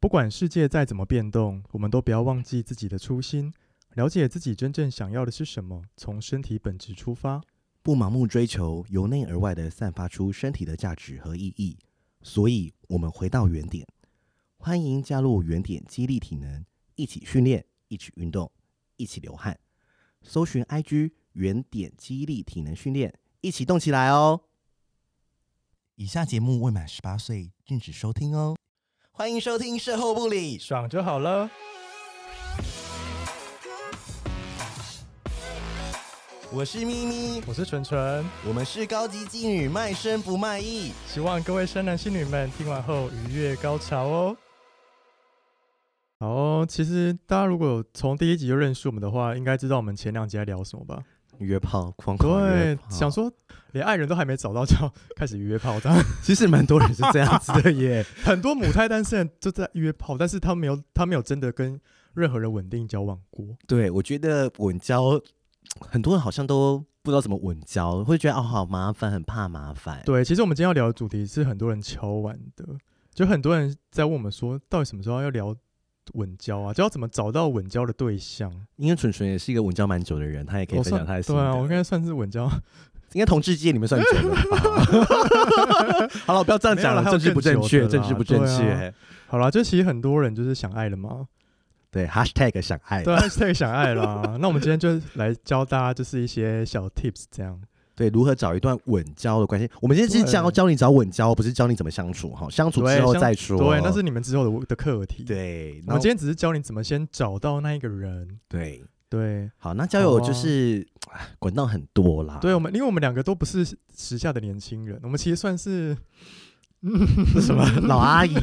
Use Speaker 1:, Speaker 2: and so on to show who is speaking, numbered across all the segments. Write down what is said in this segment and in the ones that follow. Speaker 1: 不管世界再怎么变动，我们都不要忘记自己的初心，了解自己真正想要的是什么，从身体本质出发。
Speaker 2: 不盲目追求，由内而外的散发出身体的价值和意义。所以，我们回到原点，欢迎加入原点激励体能，一起训练，一起运动，一起流汗。搜寻 IG 原点激励体能训练，一起动起来哦！以下节目未满十八岁禁止收听哦。欢迎收听社后不理，
Speaker 1: 爽就好了。
Speaker 2: 我是咪咪，
Speaker 1: 我是纯纯，
Speaker 2: 我们是高级妓女，卖身不卖艺。
Speaker 1: 希望各位生男性女们听完后愉悦高潮哦。好哦，其实大家如果从第一集就认识我们的话，应该知道我们前两集在聊什么吧？
Speaker 2: 约炮，狂狂约
Speaker 1: 对，
Speaker 2: 炮
Speaker 1: 想说连爱人都还没找到就要开始约炮，这样
Speaker 2: 其实蛮多人是这样子的耶。
Speaker 1: 很多母胎单身人就在约炮，但是他没有他没有真的跟任何人稳定交往过。
Speaker 2: 对，我觉得稳交，很多人好像都不知道怎么稳交，会觉得哦好麻烦，很怕麻烦。
Speaker 1: 对，其实我们今天要聊的主题是很多人敲碗的，就很多人在问我们说，到底什么时候要聊稳交啊？就要怎么找到稳交的对象？
Speaker 2: 因为纯纯也是一个稳交蛮久的人，他也可以
Speaker 1: 我
Speaker 2: 分享
Speaker 1: 算
Speaker 2: 他的心
Speaker 1: 对
Speaker 2: 得。
Speaker 1: 啊，我应该算是稳交，
Speaker 2: 应该同志界里面算久 了吧。好了，不要这样讲
Speaker 1: 没有啦还有
Speaker 2: 政治不正确，
Speaker 1: 更久的
Speaker 2: 政
Speaker 1: 啦
Speaker 2: 治不正
Speaker 1: 对啊
Speaker 2: 确。
Speaker 1: 好啦，就其实很多人就是想爱了嘛，
Speaker 2: 对，#hashtag 想爱。
Speaker 1: 对啊，太想爱 啦。那我们今天就来教大家就是一些小 tips，这样
Speaker 2: 对，如何找一段稳交的关系？我们今天是教
Speaker 1: 对
Speaker 2: 教你找稳交，不是教你怎么相处哈。相处之
Speaker 1: 对
Speaker 2: 后
Speaker 1: 相
Speaker 2: 再说。
Speaker 1: 对，那是你们之后的的课题。，我
Speaker 2: 对。然后
Speaker 1: 们今天只是教你怎么先找到那一个人。
Speaker 2: 对，
Speaker 1: 对，
Speaker 2: 好，那交友
Speaker 1: 好啊
Speaker 2: 就是唉管道很多啦。
Speaker 1: 对我们，因为我们两个都不是时下的年轻人，我们其实算是
Speaker 2: 是什么老 阿姨？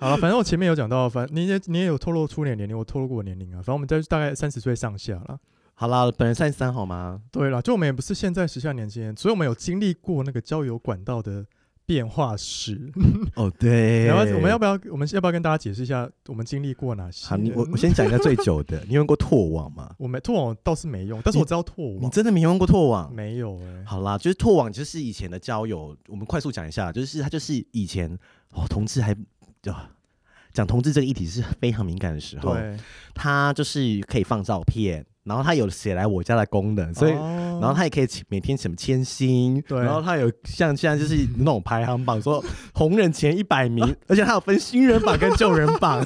Speaker 1: 好了，反正我前面有讲到，反你也你也有透露出你的年龄，我透露过我年龄啊。反正我们在大概三十岁上下啦。
Speaker 2: 好啦，本人三十三好吗？
Speaker 1: 对啦，就我们也不是现在时下年轻人，所以我们有经历过那个交友管道的变化史。
Speaker 2: 哦，对
Speaker 1: 然后我们 要不要我们要不要跟大家解释一下我们经历过哪些？
Speaker 2: 好，你我我先讲一下最久 的。你用过拓网吗？
Speaker 1: 我没拓网倒是没用，但是我知道拓
Speaker 2: 你
Speaker 1: 网
Speaker 2: 真的没用过拓网？
Speaker 1: 没有哎、
Speaker 2: 好啦，就是拓网就是以前的交友，我们快速讲一下，就是它就是以前哦，同志还啊讲同志这个议题是非常敏感的时候，
Speaker 1: 对，
Speaker 2: 它就是可以放照片，然后它有写来我家的功能，所以。
Speaker 1: 然
Speaker 2: 然后它也可以每天什么签星，
Speaker 1: 对
Speaker 2: 然后它有像现在就是那种排行榜，说红人前一百名， 而且它有分新人榜跟旧人榜。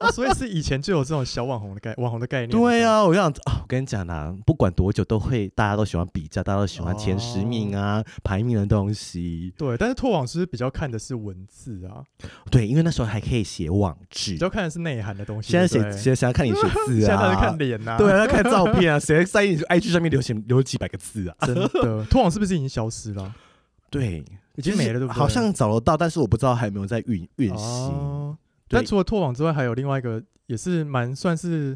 Speaker 1: 哦，所以是以前就有这种小网红的概网红的概念。
Speaker 2: 对，啊，我想啊，我跟你讲啦，不管多久都会，大家都喜欢比较，大家都喜欢前十名
Speaker 1: 哦
Speaker 2: 啊、排名的东西。
Speaker 1: 对，但是拓网是比较看的是文字啊，
Speaker 2: 嗯对，因为那时候还可以写网志
Speaker 1: 比，较看的是内涵的东西。
Speaker 2: 现在
Speaker 1: 对不
Speaker 2: 写
Speaker 1: 对
Speaker 2: 写想要看你写字
Speaker 1: 现在都是
Speaker 2: 啊
Speaker 1: 看。脸呐、
Speaker 2: 对，啊，要看照片啊， 谁在意你 IG 上面留写留几百个字啊？
Speaker 1: 真的，拓网是不是已经消失 了？
Speaker 2: 对，
Speaker 1: 已经没了，对不对？
Speaker 2: 好像找得到，但是我不知道还有没有在运运行。
Speaker 1: 哦。
Speaker 2: 对
Speaker 1: 但除了拓网之外，还有另外一个也是蛮算是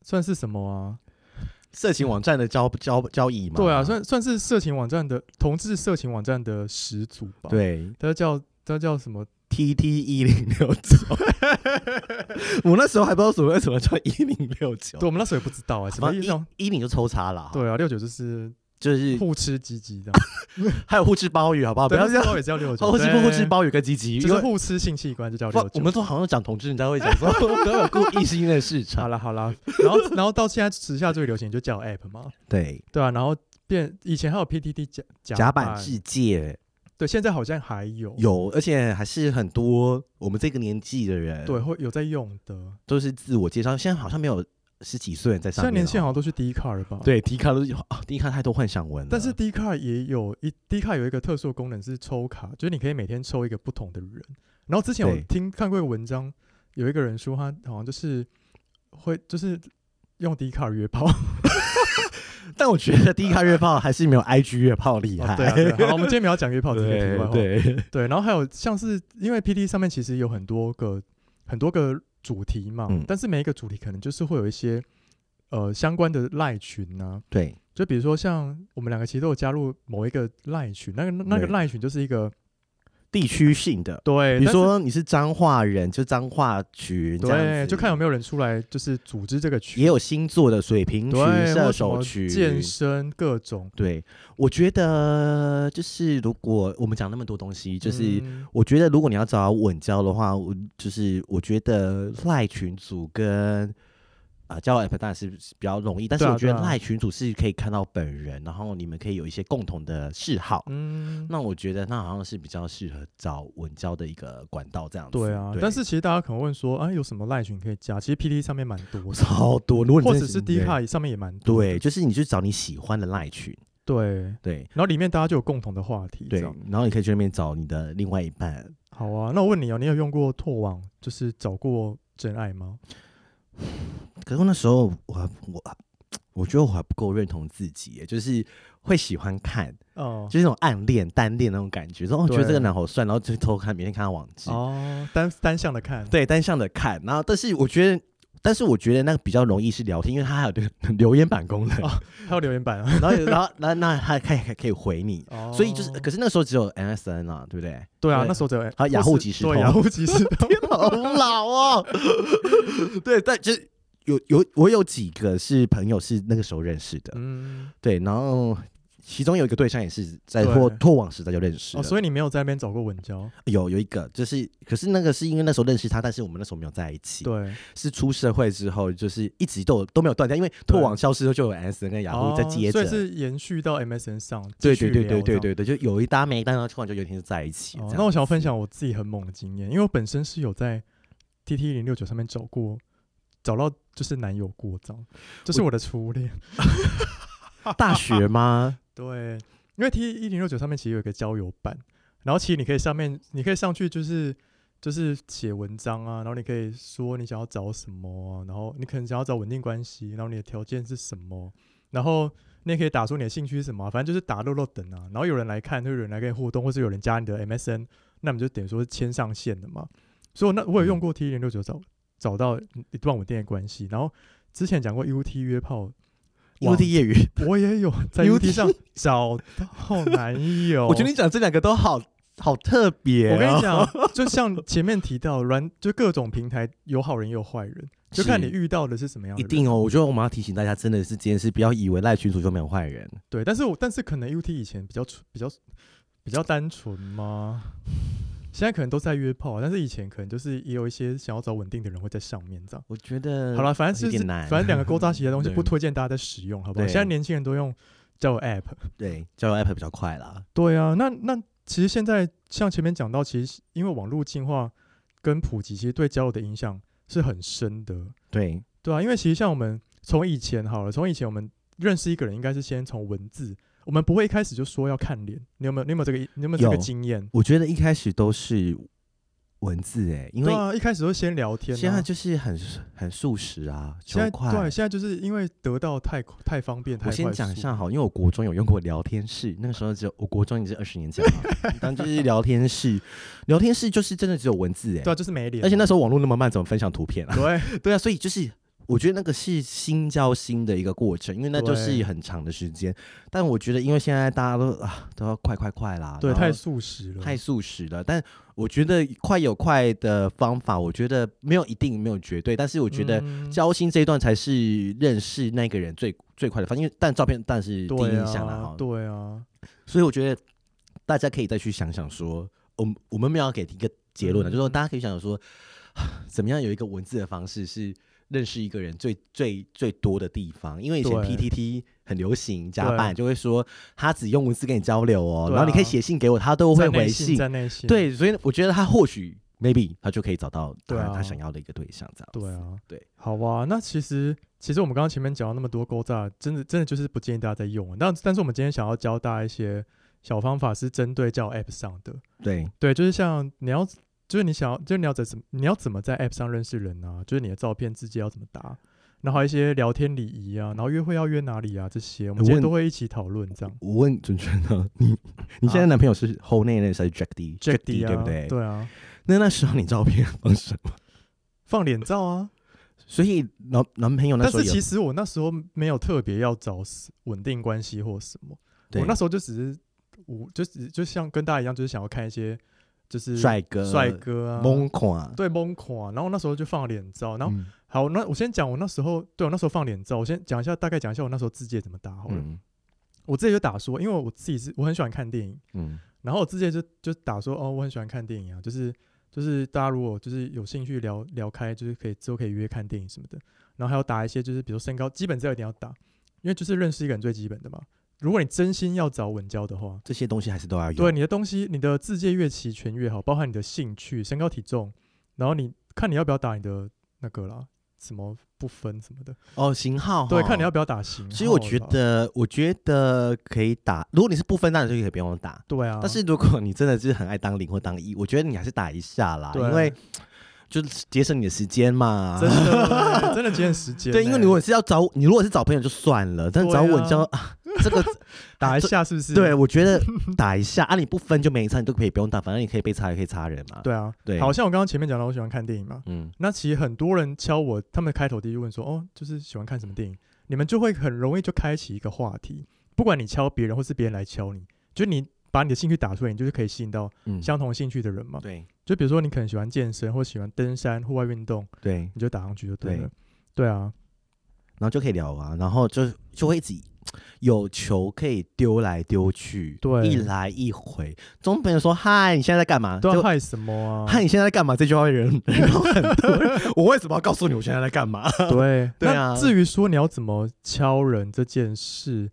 Speaker 1: 算是什么啊？
Speaker 2: 色情网站的交交交易嘛？
Speaker 1: 对啊，算算是色情网站的同志色情网站的始祖吧。，
Speaker 2: 对
Speaker 1: 它叫它叫什么？
Speaker 2: T T 一零六 九，我那时候还不知道什么为什么叫一零六九
Speaker 1: 对，，我们那时候也不知道啊、什么
Speaker 2: 反
Speaker 1: 意
Speaker 2: 正
Speaker 1: 思啊？
Speaker 2: 一一零就抽查了。，
Speaker 1: 对啊，六九就是
Speaker 2: 就是
Speaker 1: 互吃鸡鸡 的，
Speaker 2: 还有互吃鲍鱼，好不啊好？不
Speaker 1: 对，
Speaker 2: 要这样，
Speaker 1: 包也叫六 九，
Speaker 2: 互吃
Speaker 1: 对
Speaker 2: 互吃，鲍鱼跟鸡鸡，
Speaker 1: 就
Speaker 2: 因
Speaker 1: 是
Speaker 2: 为
Speaker 1: 互吃性器官就叫六
Speaker 2: 不
Speaker 1: 九。
Speaker 2: 我们都好像讲同志，人家会讲 说都有顾异性的市
Speaker 1: 好
Speaker 2: 场。
Speaker 1: 啦好啦，然后然后到现在时下最流行就叫 app 嘛，
Speaker 2: 对，
Speaker 1: 对啊，然后变以前还有 PTT 甲
Speaker 2: 甲板世界
Speaker 1: 对，现在好像还有
Speaker 2: 有，而且还是很多我们这个年纪的人，
Speaker 1: 对，，会有在用的。
Speaker 2: 都是自我介绍。现在好像没有十几岁人在
Speaker 1: 现
Speaker 2: 上
Speaker 1: 在
Speaker 2: 面了，哦
Speaker 1: 年轻人好像都去 d 卡了吧？，
Speaker 2: 对迪卡都是啊，迪卡太多幻想文了，
Speaker 1: 但是 d 卡也有一 d 卡有一个特殊的功能是抽卡，就是你可以每天抽一个不同的人。然后之前我
Speaker 2: 对
Speaker 1: 听看过一个文章，有一个人说他好像就是会就是用 d 卡约炮。
Speaker 2: 但我觉得迪卡约炮还是没有 IG 约炮厉害。
Speaker 1: 哦对啊，对啊好，我们今天没有讲约炮这个题外
Speaker 2: 对
Speaker 1: 话。
Speaker 2: 对
Speaker 1: 对，然后还有像是因为 P D 上面其实有很多个很多个主题嘛，
Speaker 2: 嗯
Speaker 1: 但是每一个主题可能就是会有一些呃相关的赖群啊，
Speaker 2: 对
Speaker 1: 就比如说像我们两个其实都有加入某一个赖群，那个那个
Speaker 2: 对
Speaker 1: 赖群就是一个
Speaker 2: 地区性的。
Speaker 1: 对，
Speaker 2: 比
Speaker 1: 但
Speaker 2: 如
Speaker 1: 是
Speaker 2: 说你是彰化人，就彰化群这样
Speaker 1: 对，
Speaker 2: 子，
Speaker 1: 就看有没有人出来，就是组织这个群，
Speaker 2: 也有星座的水瓶群、
Speaker 1: 对，或
Speaker 2: 射
Speaker 1: 什
Speaker 2: 手
Speaker 1: 么
Speaker 2: 群、
Speaker 1: 健身各种，
Speaker 2: 对，我觉得就是如果我们讲那么多东西，就是、
Speaker 1: 嗯
Speaker 2: 我觉得如果你要找稳交的话，我就是我觉得赖群组跟啊、交友 app 当然是比较容易，但是
Speaker 1: 对啊
Speaker 2: 我觉得
Speaker 1: 对啊
Speaker 2: 赖群组是可以看到本人，然后你们可以有一些共同的嗜好。
Speaker 1: 嗯，
Speaker 2: 那我觉得那好像是比较适合找稳交的一个管道这样子。
Speaker 1: 对啊。但是其实大家可能问说，啊，有什么赖群可以加？其实 PPT 上面蛮多的，
Speaker 2: 超多，如果你
Speaker 1: 或
Speaker 2: 真
Speaker 1: 者
Speaker 2: 的
Speaker 1: 是
Speaker 2: 对
Speaker 1: D 卡上面也蛮多的，
Speaker 2: 对，就是你去找你喜欢的赖群，
Speaker 1: 对。
Speaker 2: 对
Speaker 1: 然后里面大家就有共同的话题，
Speaker 2: 对
Speaker 1: 这样，
Speaker 2: 然后你可以去那边找你的另外一半。
Speaker 1: 好啊。那我问你哦，你有用过拓网，就是找过真爱吗？
Speaker 2: 可是那时候我还我还我觉得我还不够认同自己耶，就是会喜欢看，
Speaker 1: 哦、
Speaker 2: 就是那种暗恋、单恋那种感觉，说哦，
Speaker 1: 对
Speaker 2: 觉得这个男好帅，然后就偷看，每天看他网志，
Speaker 1: 哦，单单向的看，
Speaker 2: 对，单向的看。然后，但是我觉得，但是我觉得那个比较容易是聊天，因为他还有这个 留言板功能，
Speaker 1: 哦还有留言板啊。
Speaker 2: 然后然后然后那他可以还可以回你。
Speaker 1: 哦
Speaker 2: 所以就是，可是那时候只有 MSN 啊，对不对？
Speaker 1: 对啊，
Speaker 2: 对
Speaker 1: 那时候只有
Speaker 2: 还有雅虎即时
Speaker 1: 对
Speaker 2: 通啊
Speaker 1: 雅虎即 时通，
Speaker 2: 好老 哦，对，但就是有有我有几个是朋友是那个时候认识的，
Speaker 1: 嗯，
Speaker 2: 对，然后其中有一个对象也是在
Speaker 1: 对
Speaker 2: 脱脱网时代就认识
Speaker 1: 哦，
Speaker 2: 了，
Speaker 1: 所以你没有在那边找过稳交，
Speaker 2: 有有一个就是，可是那个是因为那时候认识他，但是我们那时候没有在一起，
Speaker 1: 对，
Speaker 2: 是出社会之后就是一直都有都没有断掉，因为脱网消失之后就有 S N 跟雅虎在
Speaker 1: 哦
Speaker 2: 接着。
Speaker 1: 所以是延续到 MSN 上，
Speaker 2: 对
Speaker 1: 继续
Speaker 2: 对对对
Speaker 1: 聊
Speaker 2: 对
Speaker 1: 这样。
Speaker 2: 对对，就有一搭没一搭，然后突然就有一天就在一起。
Speaker 1: 哦
Speaker 2: 这样
Speaker 1: 那我想要分享我自己很猛的经验，因为我本身是有在 T T 零六九上面找过，找到就是男友过这样，这是我的初恋。
Speaker 2: 大学 吗？
Speaker 1: 对，因为 T 一零六九上面其实有一个交友版，然后其实你可以上面，你可以上去就是就是写文章啊，然后你可以说你想要找什么、啊，然后你可能想要找稳定关系，然后你的条件是什么，然后你也可以打出你的兴趣是什么啊、反正就是打漏漏等啊，然后有人来看，就有人来跟你互动，或是有人加你的 MSN，那你就等于说是牵上线的嘛。所以我那我有用过 T 零六九找找到一段稳定的关系，然后之前讲过 UT 约炮。
Speaker 2: U T 业余，
Speaker 1: 我也有在
Speaker 2: UT
Speaker 1: UT 上找到男友。
Speaker 2: 我觉得你讲啊这两个都好好特别、哦
Speaker 1: 我跟你，讲，就像前面提到，软就各种平台有好人也有坏人，就看你
Speaker 2: 是
Speaker 1: 遇到的是什么样的
Speaker 2: 一
Speaker 1: 人。
Speaker 2: 定哦。我觉得我们要提醒大家，真的是这件事，不要以为赖群主就没有坏人。
Speaker 1: 对，但是我但是可能 UT 以前比较纯比较比较单纯嘛，现在可能都在约炮，但是以前可能就是也有一些想要找稳定的人会在上面这样。
Speaker 2: 我觉得
Speaker 1: 好了，反正
Speaker 2: 呃有
Speaker 1: 就
Speaker 2: 点
Speaker 1: 是
Speaker 2: 难
Speaker 1: 反正两个勾扎起来的东西
Speaker 2: 对
Speaker 1: 不推荐大家在使用，好不好？
Speaker 2: 对
Speaker 1: 现在年轻人都用交友 App，
Speaker 2: 对，交友 app 比较快啦。
Speaker 1: 对啊，那那其实现在像前面讲到，其实因为网络进化跟普及，其实对交友的影响是很深的，
Speaker 2: 对，
Speaker 1: 对啊，因为其实像我们从以前好了，从以前我们认识一个人，应该是先从文字，我们不会一开始就说要看脸，你有没有你有没有这个你有没有这个
Speaker 2: 有
Speaker 1: 经验？
Speaker 2: 我觉得一开始都是文字哎、因
Speaker 1: 对
Speaker 2: 为
Speaker 1: 啊，一开始都先聊天、啊，
Speaker 2: 现在就是很很速食啊，求
Speaker 1: 现在
Speaker 2: 快。
Speaker 1: 对，现在就是因为得到太太方便，太
Speaker 2: 我
Speaker 1: 快速。
Speaker 2: 先讲一下好，因为我国中有用过聊天室，那个时候只有我国中也是二十年前嘛， 当就是聊天室，聊天室就是真的只有文字哎、
Speaker 1: 对啊，就是没脸嘛，
Speaker 2: 而且那时候网络那么慢，怎么分享图片啊？
Speaker 1: 对
Speaker 2: 对啊，所以就是我觉得那个是心交心的一个过程，因为那就是
Speaker 1: 对
Speaker 2: 很长的时间。但我觉得，因为现在大家都啊都要快快快啦，
Speaker 1: 对
Speaker 2: 然后
Speaker 1: 太速食了，
Speaker 2: 太速食了。但我觉得快有快的方法，我觉得没有一定没有绝对，但是我
Speaker 1: 我
Speaker 2: 觉得。
Speaker 1: 嗯
Speaker 2: 交心这一段才是认识那个人最最快的方式，因为但照片但是第一
Speaker 1: 对
Speaker 2: 印象啦，
Speaker 1: 啊
Speaker 2: 哈，
Speaker 1: 对啊，
Speaker 2: 所以我觉得大家可以再去想想说，我们我们没有要给一个结论的，啊
Speaker 1: 嗯
Speaker 2: 就是说大家可以想想说， 啊怎么样有一个文字的方式是认识一个人最最最多的地方，因为以前
Speaker 1: 对
Speaker 2: PTT 很流行加
Speaker 1: 对
Speaker 2: 办，就会说他只用文字跟你交流哦，
Speaker 1: 对啊
Speaker 2: 然后你可以写信给我，他都会
Speaker 1: 在内
Speaker 2: 回
Speaker 1: 心
Speaker 2: 信，
Speaker 1: 在内心，
Speaker 2: 对，所以我觉得他或许 maybe 他就可以找到他、
Speaker 1: 对啊
Speaker 2: 他想要的一个对象，这样子
Speaker 1: 对，啊，
Speaker 2: 对，
Speaker 1: 好吧，那其实其实我们刚刚前面讲到那么多勾诈，真的真的就是不建议大家再用了。但但是我们今天想要教大家一些小方法，是针对叫 App 上的，
Speaker 2: 对
Speaker 1: 对，就是像你要，就是你想要，就是你要怎么，你要怎么在 App 上认识人啊？就是你的照片自己要怎么打，然后还有一些聊天礼仪啊，然后约会要约哪里啊这些，我们
Speaker 2: 我
Speaker 1: 今天
Speaker 2: 问
Speaker 1: 都会一起讨论这样。
Speaker 2: 我问准确的， 你你现在男朋友是 Whole n a m 还是 Jack D
Speaker 1: 啊 Jack D
Speaker 2: 对
Speaker 1: 啊，
Speaker 2: 不对？
Speaker 1: 对啊，
Speaker 2: 那那时候你照片放什么？
Speaker 1: 放脸照啊。
Speaker 2: 所以男男朋友那
Speaker 1: 但
Speaker 2: 时候
Speaker 1: 是
Speaker 2: 有
Speaker 1: 其实我那时候没有特别要找死稳定关系或什么。
Speaker 2: 对
Speaker 1: 我那时候就只是我就只就像跟大家一样，就是想要看一些就是
Speaker 2: 帅哥
Speaker 1: 帅哥啊，
Speaker 2: 懵垮，
Speaker 1: 对懵垮。然后那时候就放脸照，然后、
Speaker 2: 嗯
Speaker 1: 好，那我先讲我那时候，对我那时候放脸照，我先讲一下大概讲一下我那时候字界怎么打好了。
Speaker 2: 嗯
Speaker 1: 我自己就打说，因为我自己是我很喜欢看电影，
Speaker 2: 嗯
Speaker 1: 然后我之前就就打说哦，我很喜欢看电影啊，就是就是大家如果就是有兴趣聊聊开，就是可以之后可以约看电影什么的。然后还要打一些就是比如说身高基本资料一定要打，因为就是认识一个人最基本的嘛。如果你真心要找稳交的话，
Speaker 2: 这些东西还是都要有。
Speaker 1: 对你的东西，你的字界越齐全越好，包含你的兴趣、身高、体重，然后你看你要不要打你的那个啦，什么不分什么的，
Speaker 2: 哦，型号
Speaker 1: 对，
Speaker 2: 哈
Speaker 1: 看你要。不要打型号啦。
Speaker 2: 其实我觉得，我觉得可以打。如果你是不分蛋的，就可以不用打。
Speaker 1: 对啊，
Speaker 2: 但是如果你真的是很爱当零或当一，我觉得你还是打一下啦，
Speaker 1: 对
Speaker 2: 因为就是节省你的时间嘛
Speaker 1: 真。的欸真的节省时间欸、
Speaker 2: 对，因为你如果是要找你如果是找朋友就算了，但找
Speaker 1: 对啊
Speaker 2: 稳交啊， 这个
Speaker 1: 打一
Speaker 2: 这
Speaker 1: 下是不是？
Speaker 2: 对我觉得打一下啊，你不分就没差，你都可以不用打，反正你可以被插也可以插人嘛。
Speaker 1: 对啊，
Speaker 2: 对，
Speaker 1: 好，像我刚刚前面讲到，我喜欢看电影嘛。
Speaker 2: 嗯，
Speaker 1: 那其实很多人敲我，他们开头第一问说：“哦，就是喜欢看什么电影？”你们就会很容易就开启一个话题，不管你敲别人或是别人来敲你，就你把你的兴趣打出来，你就是可以吸引到
Speaker 2: 嗯
Speaker 1: 相同兴趣的人嘛。
Speaker 2: 对
Speaker 1: 就比如说你可能喜欢健身或喜欢登山、户外运动，
Speaker 2: 对，
Speaker 1: 你就打上去就对了。
Speaker 2: 对
Speaker 1: 对啊，
Speaker 2: 然后就可以聊啊，然后就就会一直有球可以丢来丢去，
Speaker 1: 对
Speaker 2: 一来一回。总朋友说嗨，你现在在干嘛？
Speaker 1: 都要
Speaker 2: 就
Speaker 1: 害什么啊？
Speaker 2: 嗨，你现在在干嘛？这句话会人人有很多人。我为什么要告诉你我现在在干 嘛？
Speaker 1: 对
Speaker 2: 对
Speaker 1: 那
Speaker 2: 啊
Speaker 1: 至于说你要怎么敲人这件事，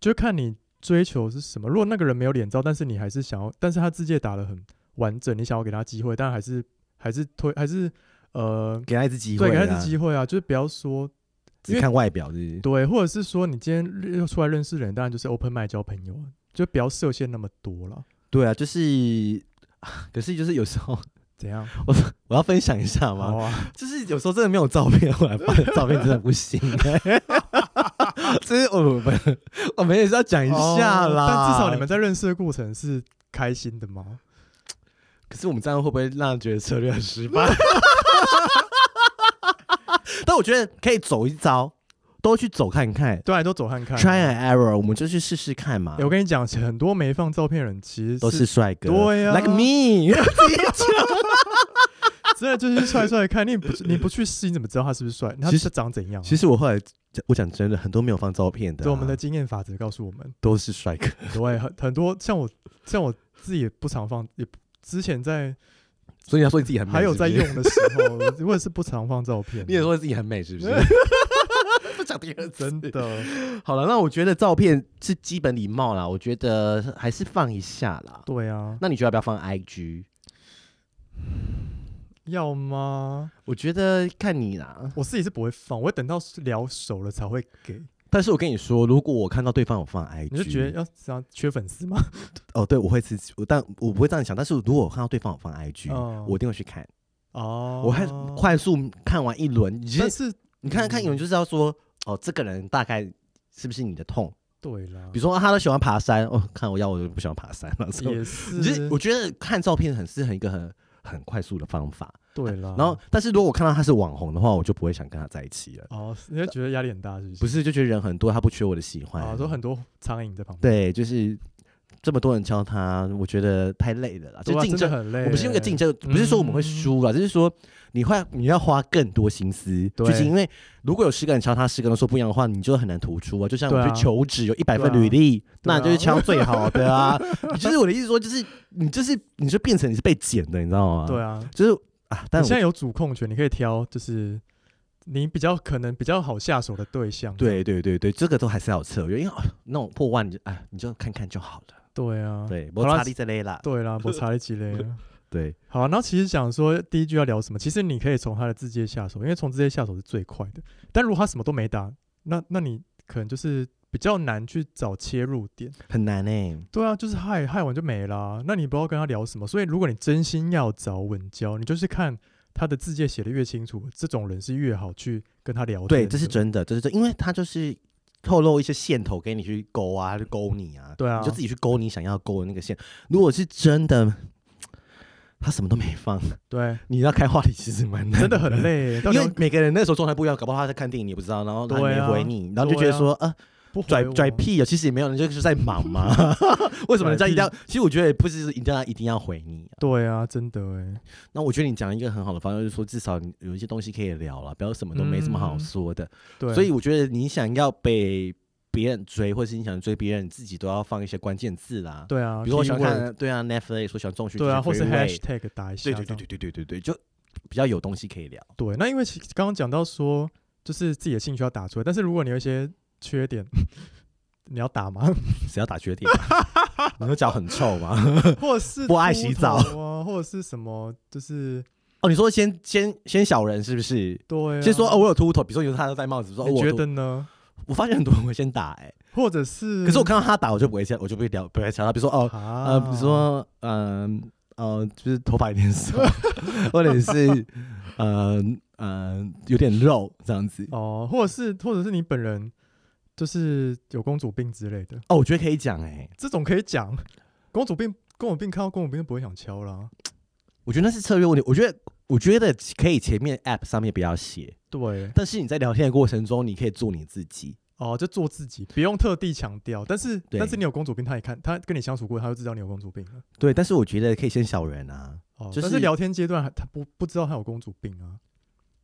Speaker 1: 就看你追求是什么。如果那个人没有脸照，但是你还是想要，但是他字界打得很完整，你想要给他机会，但还是还是推还是呃，
Speaker 2: 给他一次机会、啊，
Speaker 1: 对，给他一次机会啊，就是不要说因
Speaker 2: 只
Speaker 1: 为
Speaker 2: 看外表，就是
Speaker 1: 对，或者是说你今天又出来认识人，当然就是 open mind 交朋友啊，就不要设限那么多了。
Speaker 2: 对啊，就是。啊可是就是有时候
Speaker 1: 怎样？
Speaker 2: 我要分享一下嘛，
Speaker 1: 好啊，
Speaker 2: 就是有时候真的没有照片，后来发现照片真的不行、欸。 就是我们我们也是要讲一下啦、
Speaker 1: 哦但至少你们在认识的过程是开心的吗？
Speaker 2: 可是我们这样会不会让人觉得策略很失败？ 但我觉得可以走一遭，都去走看看
Speaker 1: 对啊，都走看看啊。
Speaker 2: ，try and error，我们就去试试看嘛
Speaker 1: 欸。我跟你讲，很多没放照片的人其实
Speaker 2: 都是帅哥，
Speaker 1: 对啊
Speaker 2: l i k e me，
Speaker 1: 真的就是帅帅看，你不你不去试，你怎么知道他是不是帅？他
Speaker 2: 其实
Speaker 1: 是长怎样啊、
Speaker 2: 其实我后来我讲真的，很多没有放照片的啊、
Speaker 1: 对我们的经验法则告诉我们，
Speaker 2: 都是帅哥。
Speaker 1: 对很很多像我像我自己也不常放，也不之前在
Speaker 2: 所以你要说你自己很美，
Speaker 1: 还有
Speaker 2: 是不
Speaker 1: 在
Speaker 2: 是
Speaker 1: 用，的时候，我也是不常放照片的。
Speaker 2: 你也说自己很美，是不是？ 不讲第二次
Speaker 1: 真。的，
Speaker 2: 好了，那我觉得照片是基本礼貌啦，我觉得还是放一下啦。
Speaker 1: 对啊，
Speaker 2: 那你觉得要不要放 IG？
Speaker 1: 要吗？
Speaker 2: 我觉得看你啦。
Speaker 1: 我自己是不会放，我会等到聊熟了才会给。
Speaker 2: 但是我跟你说，如果我看到对方有放 IG，
Speaker 1: 你就觉得要这样缺粉丝吗？
Speaker 2: 哦，对我会自己，我但我不会这样想。但是如果我看到对方有放 IG，、
Speaker 1: 哦
Speaker 2: 我一定会去看，
Speaker 1: 哦，
Speaker 2: 我还快速看完一轮。你其
Speaker 1: 但
Speaker 2: 实
Speaker 1: 是
Speaker 2: 你看看
Speaker 1: 嗯
Speaker 2: 有人就知道说，哦，这个人大概是不是你的痛？
Speaker 1: 对啦
Speaker 2: 比，如说、啊他都喜欢爬山，哦，看我要我就不喜欢爬山了。所以
Speaker 1: 也
Speaker 2: 我其实
Speaker 1: 是
Speaker 2: 我觉得看照片很是很一个很很快速的方法。
Speaker 1: 对啦。
Speaker 2: 然后，但是如果我看到他是网红的话，我就不会想跟他在一起了。
Speaker 1: 哦，你会觉得压力很大，是不是？
Speaker 2: 不是，就觉得人很多，他不缺我的喜欢。
Speaker 1: 啊，都很多苍蝇在旁边。
Speaker 2: 对，就是这么多人敲他，我觉得太累了啦。
Speaker 1: 对
Speaker 2: 就
Speaker 1: 啊，
Speaker 2: 竞
Speaker 1: 真
Speaker 2: 争，
Speaker 1: 的很累嗯欸。
Speaker 2: 我们是用一个竞争，不是说我们会输了，就是说你会你要花更多心思
Speaker 1: 对
Speaker 2: 去经营，因为如果有十个人敲他，十个人说不一样的话，你就很难突出啊。就像我
Speaker 1: 对
Speaker 2: 们
Speaker 1: 啊
Speaker 2: 去求职，有一百份
Speaker 1: 对啊
Speaker 2: 履历，
Speaker 1: 对啊
Speaker 2: 那就是敲最好的啊。 就是我的意思说，就是你就是你就变成你是被剪的，你知道吗？
Speaker 1: 对，啊，
Speaker 2: 就是啊，但
Speaker 1: 你
Speaker 2: 我
Speaker 1: 现在有主控权，你可以挑，就是你比较可能比较好下手的对象。
Speaker 2: 对对对对，这个都还是要有策略，因为哦那种破万你就哎，你就看看就好了。
Speaker 1: 对啊，
Speaker 2: 对，
Speaker 1: 好
Speaker 2: 摩
Speaker 1: 啦
Speaker 2: 擦力之类啦。
Speaker 1: 对啦，我查了几 类啊。
Speaker 2: 对，
Speaker 1: 好啊，然后其实想说第一句要聊什么，其实你可以从他的字节下手，因为从字节下手是最快的。但如果他什么都没打，那那你可能就是比较难去找切入点。
Speaker 2: 很难哎。
Speaker 1: 对啊，就是害害完就没啦。啊那你不知道跟他聊什么，所以如果你真心要找稳交，你就是看他的字界写的越清楚，这种人是越好去跟他聊天。
Speaker 2: 对，这是。真的，这是真，因为他就是透露一些线头给你去勾啊，就勾你啊，
Speaker 1: 对啊
Speaker 2: 你就自己去勾你想要勾的那个线。如果是真的，他什么都没 放，
Speaker 1: 对，
Speaker 2: 你要开话题 其实蛮难，
Speaker 1: 真的很。累。到
Speaker 2: 因
Speaker 1: 底
Speaker 2: 为
Speaker 1: 要
Speaker 2: 每个人那时候状态不一样，搞不好他在看电影，你也不知道，然后他
Speaker 1: 对
Speaker 2: 没
Speaker 1: 啊
Speaker 2: 回你，然后就觉得说，呃，
Speaker 1: 不回
Speaker 2: 拽
Speaker 1: 我
Speaker 2: 拽屁啊！其实也没有，你就是在忙 嘛。为什么人家一定
Speaker 1: 啊
Speaker 2: 要？其实我觉得也不是一定要一定要回你、啊。
Speaker 1: 对啊，真的哎，
Speaker 2: 那我觉得你讲一个很好的方向，就是说至少你有一些东西可以聊了，不要什么都没什么好
Speaker 1: 嗯
Speaker 2: 说的。
Speaker 1: 对，
Speaker 2: 所以我觉得你想要被别人追，或是你想追别人，你自己都要放一些关键字啦。
Speaker 1: 对啊，
Speaker 2: 比如说我喜欢
Speaker 1: keyword，
Speaker 2: 看，对啊，Netflix 说喜欢重训，
Speaker 1: 对啊，
Speaker 2: 就
Speaker 1: 或是
Speaker 2: freeway
Speaker 1: hashtag 打一下
Speaker 2: 对
Speaker 1: 这
Speaker 2: 对
Speaker 1: 样，
Speaker 2: 对对对对对对，就比较有东西可以聊。
Speaker 1: 对，那因为其刚刚讲到说，就是自己的兴趣要打出来，但是如果你有一些缺点， 你要打 吗？
Speaker 2: 谁要打缺点啊？ 你说脚很臭吗？
Speaker 1: 或者是
Speaker 2: 不爱
Speaker 1: 秃
Speaker 2: 洗澡
Speaker 1: 头啊，或者是什么，就是
Speaker 2: 哦，你说先先先小人是不是？
Speaker 1: 对、啊，
Speaker 2: 先说哦，，我有秃头，比如说有时候他都戴帽子，说哦
Speaker 1: 你
Speaker 2: 我
Speaker 1: 觉
Speaker 2: 秃
Speaker 1: 得呢？
Speaker 2: 我发现很多人会先打哎、
Speaker 1: 或者是，
Speaker 2: 可是我看到他打，我就不会先，我就不会聊，不会想到，比如说哦，
Speaker 1: 啊，
Speaker 2: 呃，比如说嗯呃就是头发有点少， 或者是呃呃有点肉这样子。
Speaker 1: 哦，或者是或者是你本人就是有公主病之类的，
Speaker 2: 哦，我觉得可以讲哎、
Speaker 1: 这种可以讲。公主病，公主病看到公主病就不会想敲啦。
Speaker 2: 我觉得那是策略问题。我觉得我觉得可以前面 app 上面不要写，
Speaker 1: 对，
Speaker 2: 但是你在聊天的过程中，你可以做你自己。
Speaker 1: 哦，就做自己，不用特地强调。但是但是
Speaker 2: 对
Speaker 1: 你有公主病，他也看，他跟你相处过，他就知道你有公主病了。
Speaker 2: 对，但是我觉得可以先小人啊。
Speaker 1: 哦，
Speaker 2: 就
Speaker 1: 但
Speaker 2: 是
Speaker 1: 是聊天阶段还他不不知道他有公主病啊。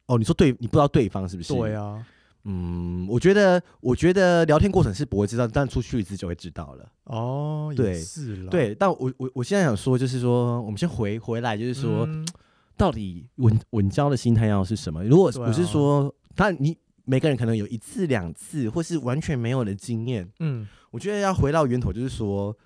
Speaker 2: 哦，你说对，你不知道对方是不是？
Speaker 1: 对啊，
Speaker 2: 嗯，我觉得，我觉得聊天过程是不会知道，但出去一次就会知道了。
Speaker 1: 哦，也
Speaker 2: 对
Speaker 1: 是啦。
Speaker 2: 对，但我我我现在想说，就是说，我们先回回来，就
Speaker 1: 嗯，
Speaker 2: 是说，到底稳稳交的心态要是什么？如果
Speaker 1: 对啊
Speaker 2: 我是说，当然你每个人可能有一次两次，或是完全没有的经验，
Speaker 1: 嗯，
Speaker 2: 我觉得要回到源头，就是说，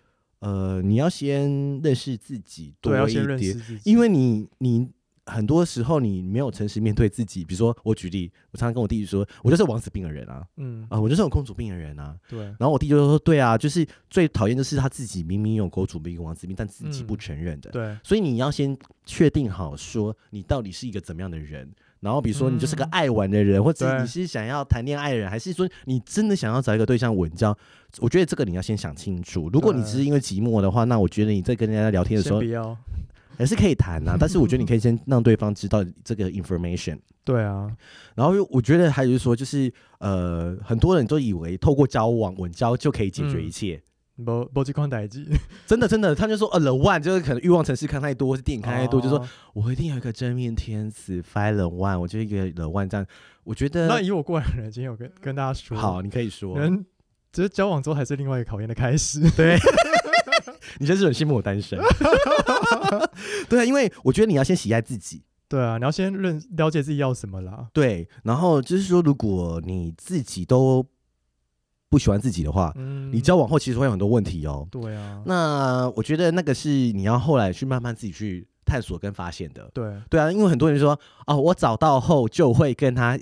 Speaker 2: 呃，你要先认识自己多
Speaker 1: 对，要
Speaker 2: 一
Speaker 1: 先认识
Speaker 2: 点，
Speaker 1: 自己，
Speaker 2: 因为你你。很多时候你没有诚实面对自己，比如说我举例，我常常跟我弟弟说，我就是有王子病的人啊，
Speaker 1: 嗯
Speaker 2: 啊、，我就是有公主病的人啊，
Speaker 1: 对，
Speaker 2: 然后我弟就说：“对啊，就是最讨厌就是他自己明明有狗主病、王子病，但自己不
Speaker 1: 嗯
Speaker 2: 承认的。
Speaker 1: 对，
Speaker 2: 所以你要先确定好，说你到底是一个怎么样的人。然后比如说你就是个
Speaker 1: 嗯
Speaker 2: 爱玩的人，或者
Speaker 1: 对
Speaker 2: 你是想要谈恋爱的人，还是说你真的想要找一个对象稳交？我觉得这个你要先想清楚。如果你
Speaker 1: 对
Speaker 2: 只是因为寂寞的话，那我觉得你在跟人家聊天的时
Speaker 1: 先
Speaker 2: 候
Speaker 1: 不要，
Speaker 2: 还是可以 谈啊。但是我觉得你可以先让对方知道这个 information。
Speaker 1: 对啊，
Speaker 2: 然后我觉得还有就是说，就是呃，很多人都以为透过交往稳交就可以解决一
Speaker 1: 嗯
Speaker 2: 切。
Speaker 1: 不不去看代志，
Speaker 2: 真的真的，他就说呃冷万就是可能欲望城市看太多，或是电影看太多，就说
Speaker 1: 哦
Speaker 2: 我一定有一个真面天子 five 冷万，我就一个冷万这样。我觉
Speaker 1: 那
Speaker 2: 得
Speaker 1: 以我过来人，今天有跟跟大家说，
Speaker 2: 好，，你可以说，
Speaker 1: 人只是交往之后还是另外一个考验的开始，
Speaker 2: 对，你真是很羡慕我单身。对啊，因为我觉得你要先喜爱自己，
Speaker 1: 对啊，你要先认了解自己要什么啦，
Speaker 2: 对，然后就是说，如果你自己都不喜欢自己的话，
Speaker 1: 嗯，
Speaker 2: 你交往后其实会有很多问题哦。
Speaker 1: 对啊，
Speaker 2: 那我觉得那个是你要后来去慢慢自己去探索跟发现的。
Speaker 1: 对，
Speaker 2: 对啊，因为很多人说啊、我找到后就会跟他，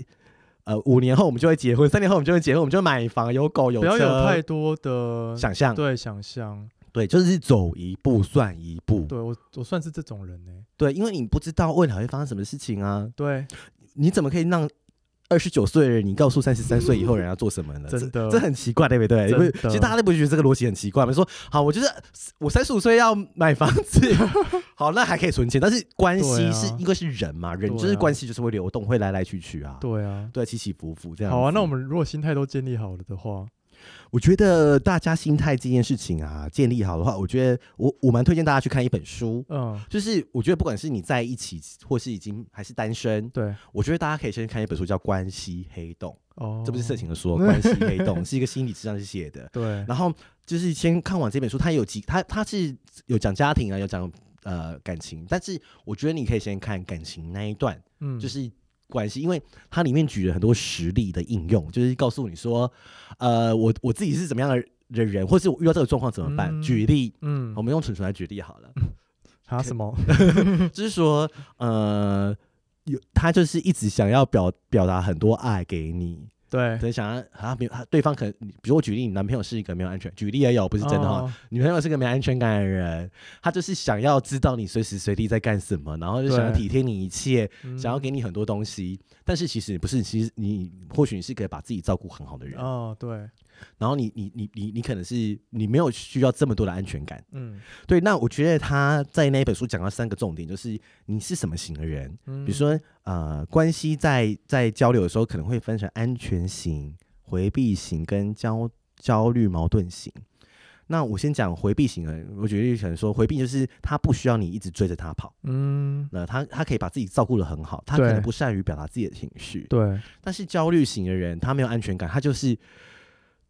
Speaker 2: 呃，五年后我们就会结婚，三年后我们就会结婚，我们就会买房、有狗、有
Speaker 1: 不要有
Speaker 2: 车。
Speaker 1: 太多的
Speaker 2: 想象，
Speaker 1: 对想象，
Speaker 2: 对，就是走一步算一步。
Speaker 1: 对我我算是这种人呢，
Speaker 2: 对，因为你不知道未来会发生什么事情啊，
Speaker 1: 对，
Speaker 2: 你怎么可以让二十九岁的人，你告诉三十三岁以后人要做什么呢？
Speaker 1: 真
Speaker 2: 这
Speaker 1: 的
Speaker 2: 这很奇怪，对不对？
Speaker 1: 真
Speaker 2: 不
Speaker 1: 的
Speaker 2: 其实大家都不觉得这个逻辑很奇怪吗？说好，我就是我三十五岁要买房 子，好，那还可以存钱，但是关
Speaker 1: 对
Speaker 2: 系
Speaker 1: 啊
Speaker 2: 是、因为是人嘛，人就
Speaker 1: 对
Speaker 2: 是
Speaker 1: 啊
Speaker 2: 关系就是会流动，会来来去去啊。
Speaker 1: 对啊。
Speaker 2: 对，起起伏伏这样子。
Speaker 1: 好啊，那我们如果心态都建立好了的话，
Speaker 2: 我觉得大家心态这件事情啊，建立好的话，我觉得我我蛮推荐大家去看一本书，
Speaker 1: 嗯，
Speaker 2: 就是我觉得不管是你在一起，或是已经还是单身，
Speaker 1: 对，
Speaker 2: 我觉得大家可以先看一本书叫《关系黑洞》，
Speaker 1: 哦，
Speaker 2: 这不是色情的说，《关系黑 洞》是一个心理智商师写的。
Speaker 1: 对，
Speaker 2: 然后就是先看完这本书，它有几，它它是有讲家庭啊，有讲呃感情，但是我觉得你可以先看感情那一段，
Speaker 1: 嗯，
Speaker 2: 就是关系，因为它里面举了很多实例的应用，就是告诉你说，呃，我我自己是怎么样的的人，或是我遇到这个状况怎么办。
Speaker 1: 嗯
Speaker 2: 举例，
Speaker 1: 嗯
Speaker 2: 我，们用蠢蠢来举例好了，
Speaker 1: 还有什么？嗯
Speaker 2: 就是说，呃。有他就是一直想要表表达很多爱给你，
Speaker 1: 对
Speaker 2: 可，能想要他没有他对方可能，比如我举例，你男朋友是一个没有安全，举例也有不是真的哈、
Speaker 1: 哦，
Speaker 2: 女朋友是个没安全感的人，他就是想要知道你随时随地在干什么，然后就想要
Speaker 1: 对
Speaker 2: 体贴你一切，
Speaker 1: 嗯
Speaker 2: 想要给你很多东西，但是其实不是，其实你或许你是可以把自己照顾很好的人，
Speaker 1: 哦，对，
Speaker 2: 然后你你你你你可能是你没有需要这么多的安全感。
Speaker 1: 嗯，
Speaker 2: 对，那我觉得他在那一本书讲到三个重点，就是你是什么型的人，
Speaker 1: 比
Speaker 2: 比如，说呃，关系在在交流的时候可能会分成安全型、回避型跟交焦虑矛盾型。那我先讲回避型的，我举例可能说回避就是他不需要你一直追着他跑，
Speaker 1: 嗯，
Speaker 2: 那他他可以把自己照顾的很好，他可
Speaker 1: 对
Speaker 2: 能不善于表达自己的情绪，
Speaker 1: 对，
Speaker 2: 但是焦虑型的人他没有安全感，他就是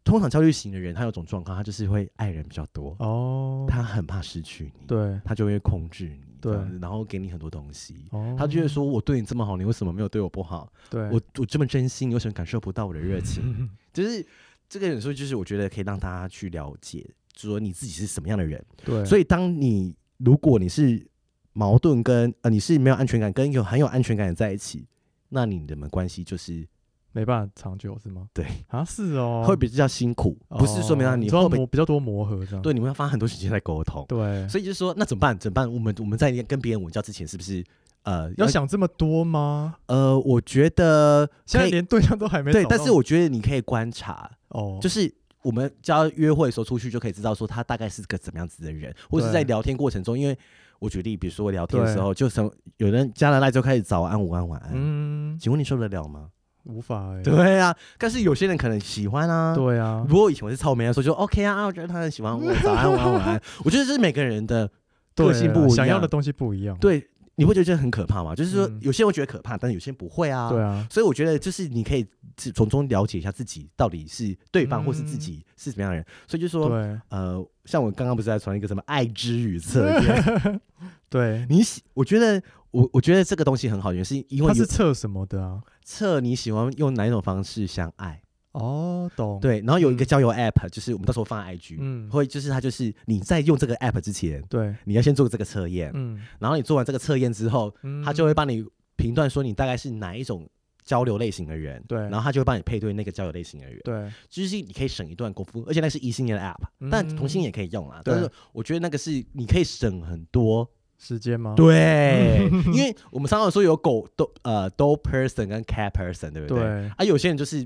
Speaker 2: 通常焦虑型的人他有种状况，他就是会爱人比较多，
Speaker 1: 哦，
Speaker 2: 他很怕失去你，
Speaker 1: 对，
Speaker 2: 他就会控制你，
Speaker 1: 对
Speaker 2: 这样子，然后给你很多东西。
Speaker 1: 哦，
Speaker 2: 他就会，说：“我对你这么好，你为什么没有对我不好？
Speaker 1: 对，
Speaker 2: 我我这么真心，你为什么感受不到我的热情？”
Speaker 1: 嗯
Speaker 2: 就是这个有时候就是我觉得可以让大家去了解，就说你自己是什么样的人。
Speaker 1: 对，
Speaker 2: 所
Speaker 1: 以
Speaker 2: 以当你如果你是矛盾跟呃你是没有安全感跟有很有安全感的在一起，那你们关系就是
Speaker 1: 没办法长久是吗？
Speaker 2: 对
Speaker 1: 啊，是哦，
Speaker 2: 会比较辛苦，不是说没
Speaker 1: 有
Speaker 2: 让你
Speaker 1: 说
Speaker 2: 会
Speaker 1: 要
Speaker 2: 不会
Speaker 1: 磨比较多磨合这样，
Speaker 2: 对你们要花很多时间在沟通。
Speaker 1: 对，
Speaker 2: 所以就是说，那怎么办？怎么办？我们我们在跟别人文交之前，是不是呃
Speaker 1: 要想这么多吗？
Speaker 2: 呃？我觉得
Speaker 1: 现
Speaker 2: 可
Speaker 1: 在
Speaker 2: 以
Speaker 1: 连对象都还没
Speaker 2: 对，
Speaker 1: 找
Speaker 2: 但
Speaker 1: 到
Speaker 2: 是我觉得你可以观察，
Speaker 1: 哦，
Speaker 2: 就是我们要约会的时候出去就可以知道说他大概是个怎么样子的人，或是
Speaker 1: 对
Speaker 2: 在聊天过程中，因为我举例，比如说聊天的时
Speaker 1: 对
Speaker 2: 候，就从有人加了赖之后开始早安、午安、晚安，
Speaker 1: 嗯，
Speaker 2: 请问你受得了吗？
Speaker 1: 无法哎、
Speaker 2: 对啊，但是有些人可能喜欢啊。
Speaker 1: 对啊，
Speaker 2: 如果以前我是臭美的时候，就 OK 啊，啊我觉得他很喜欢 我，早安、午安、晚安。我觉得这是每个人的
Speaker 1: 对
Speaker 2: 个性不
Speaker 1: 啊
Speaker 2: 一样，
Speaker 1: 想要的东西不一样，
Speaker 2: 对，你会觉得这很可怕吗？就是说
Speaker 1: 嗯，
Speaker 2: 有些人会觉得可怕，但是有些人不会啊。
Speaker 1: 对啊，
Speaker 2: 所以我觉得就是你可以自从中了解一下自己到底是对方或是自
Speaker 1: 嗯
Speaker 2: 己是什么样的人。所以就说，
Speaker 1: 对
Speaker 2: 呃，像我刚刚不是在传一个什么爱之语测验，
Speaker 1: 对，
Speaker 2: 你喜，我觉得我我觉得这个东西很好，原因是因为
Speaker 1: 他
Speaker 2: 你
Speaker 1: 是测什么的啊？
Speaker 2: 测你喜欢用哪一种方式相爱，
Speaker 1: 哦，懂，，
Speaker 2: 对，然后有一
Speaker 1: 嗯
Speaker 2: 个交友 app，就是我们到时候放在 IG，
Speaker 1: 嗯，
Speaker 2: 会就是它就是你在用这个 app 之前，
Speaker 1: 对，
Speaker 2: 你要先做这个测验，
Speaker 1: 嗯，
Speaker 2: 然后你做完这个测验之后，
Speaker 1: 嗯
Speaker 2: 它就会帮你评断说你大概是哪一种。交流类型的人，
Speaker 1: 对
Speaker 2: 然后他就会帮你配对那个交流类型的人，
Speaker 1: 对，
Speaker 2: 就是你可以省一段功夫，而且那是异性恋的 app，、但同性
Speaker 1: 嗯
Speaker 2: 也可以用啊。
Speaker 1: 对
Speaker 2: 但是我觉得那个是你可以省很多，
Speaker 1: 时间吗？
Speaker 2: 对，因为我们常常说有狗都呃 do person 跟 cat person，对不对？
Speaker 1: 对
Speaker 2: 啊，有些人就是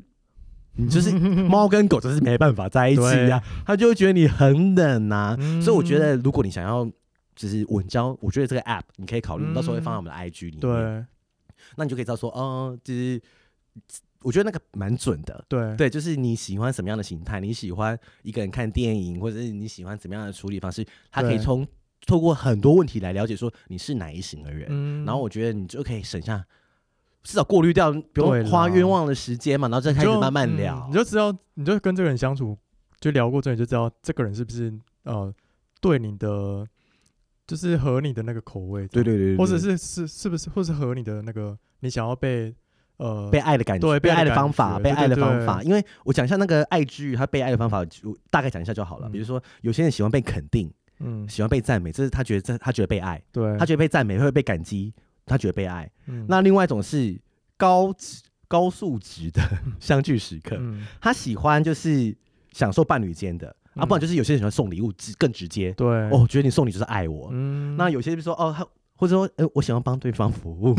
Speaker 2: 你就是
Speaker 1: 嗯
Speaker 2: 猫跟狗就是没办法在一起呀、他就会觉得你很冷啊。
Speaker 1: 嗯
Speaker 2: 所以我觉得，如果你想要就是稳交，我觉得这个 app 你可以考虑，我们到时候会放在我们的 IG 里面，
Speaker 1: 嗯对
Speaker 2: 那你就可以知道说，嗯，就是我觉得那个蛮准的，
Speaker 1: 对
Speaker 2: 对，就是你喜欢什么样的形态，你喜欢一个人看电影，或者是你喜欢怎么样的处理方式，他可以
Speaker 1: 对
Speaker 2: 从透过很多问题来了解说你是哪一型的人。
Speaker 1: 嗯
Speaker 2: 然后我觉得你就可以省下，至少过滤掉不
Speaker 1: 对
Speaker 2: 用
Speaker 1: 啦
Speaker 2: 花冤枉的时间嘛，然后再
Speaker 1: 你
Speaker 2: 开始
Speaker 1: 就
Speaker 2: 慢慢
Speaker 1: 嗯
Speaker 2: 聊。
Speaker 1: 你就知道，你就跟这个人相处，就聊过之后，你就知道这个人是不是呃对你的，就是合你的那个口味这样，
Speaker 2: 对对对对，
Speaker 1: 或者是
Speaker 2: 对
Speaker 1: 是是不是，或是合你的那个你想要被呃
Speaker 2: 被爱的感觉，
Speaker 1: 对被
Speaker 2: 被
Speaker 1: 爱
Speaker 2: 爱
Speaker 1: 的
Speaker 2: 的方
Speaker 1: 感
Speaker 2: 法，
Speaker 1: 觉
Speaker 2: 被
Speaker 1: 对
Speaker 2: 爱的
Speaker 1: 对
Speaker 2: 方
Speaker 1: 对
Speaker 2: 法。因为我讲一下那个爱之语，他被爱的方法，我大概讲一下就好了。比如
Speaker 1: 嗯
Speaker 2: 说，有些人喜欢被肯定，
Speaker 1: 嗯
Speaker 2: 喜欢被赞美，这是他觉得这他觉得被爱，
Speaker 1: 对，
Speaker 2: 他觉得被赞美会被感激，他觉得被爱。
Speaker 1: 嗯
Speaker 2: 那另外一种是高质高素质的相聚时刻，
Speaker 1: 嗯
Speaker 2: 他喜欢就是享受伴侣间的，啊，不然
Speaker 1: 嗯
Speaker 2: 就是有些人喜欢送礼物，直更直接。
Speaker 1: 对
Speaker 2: 哦，我觉得你送礼就是爱我。
Speaker 1: 嗯
Speaker 2: 那有些人说哦，他或者说，哎、我想要帮对方服务，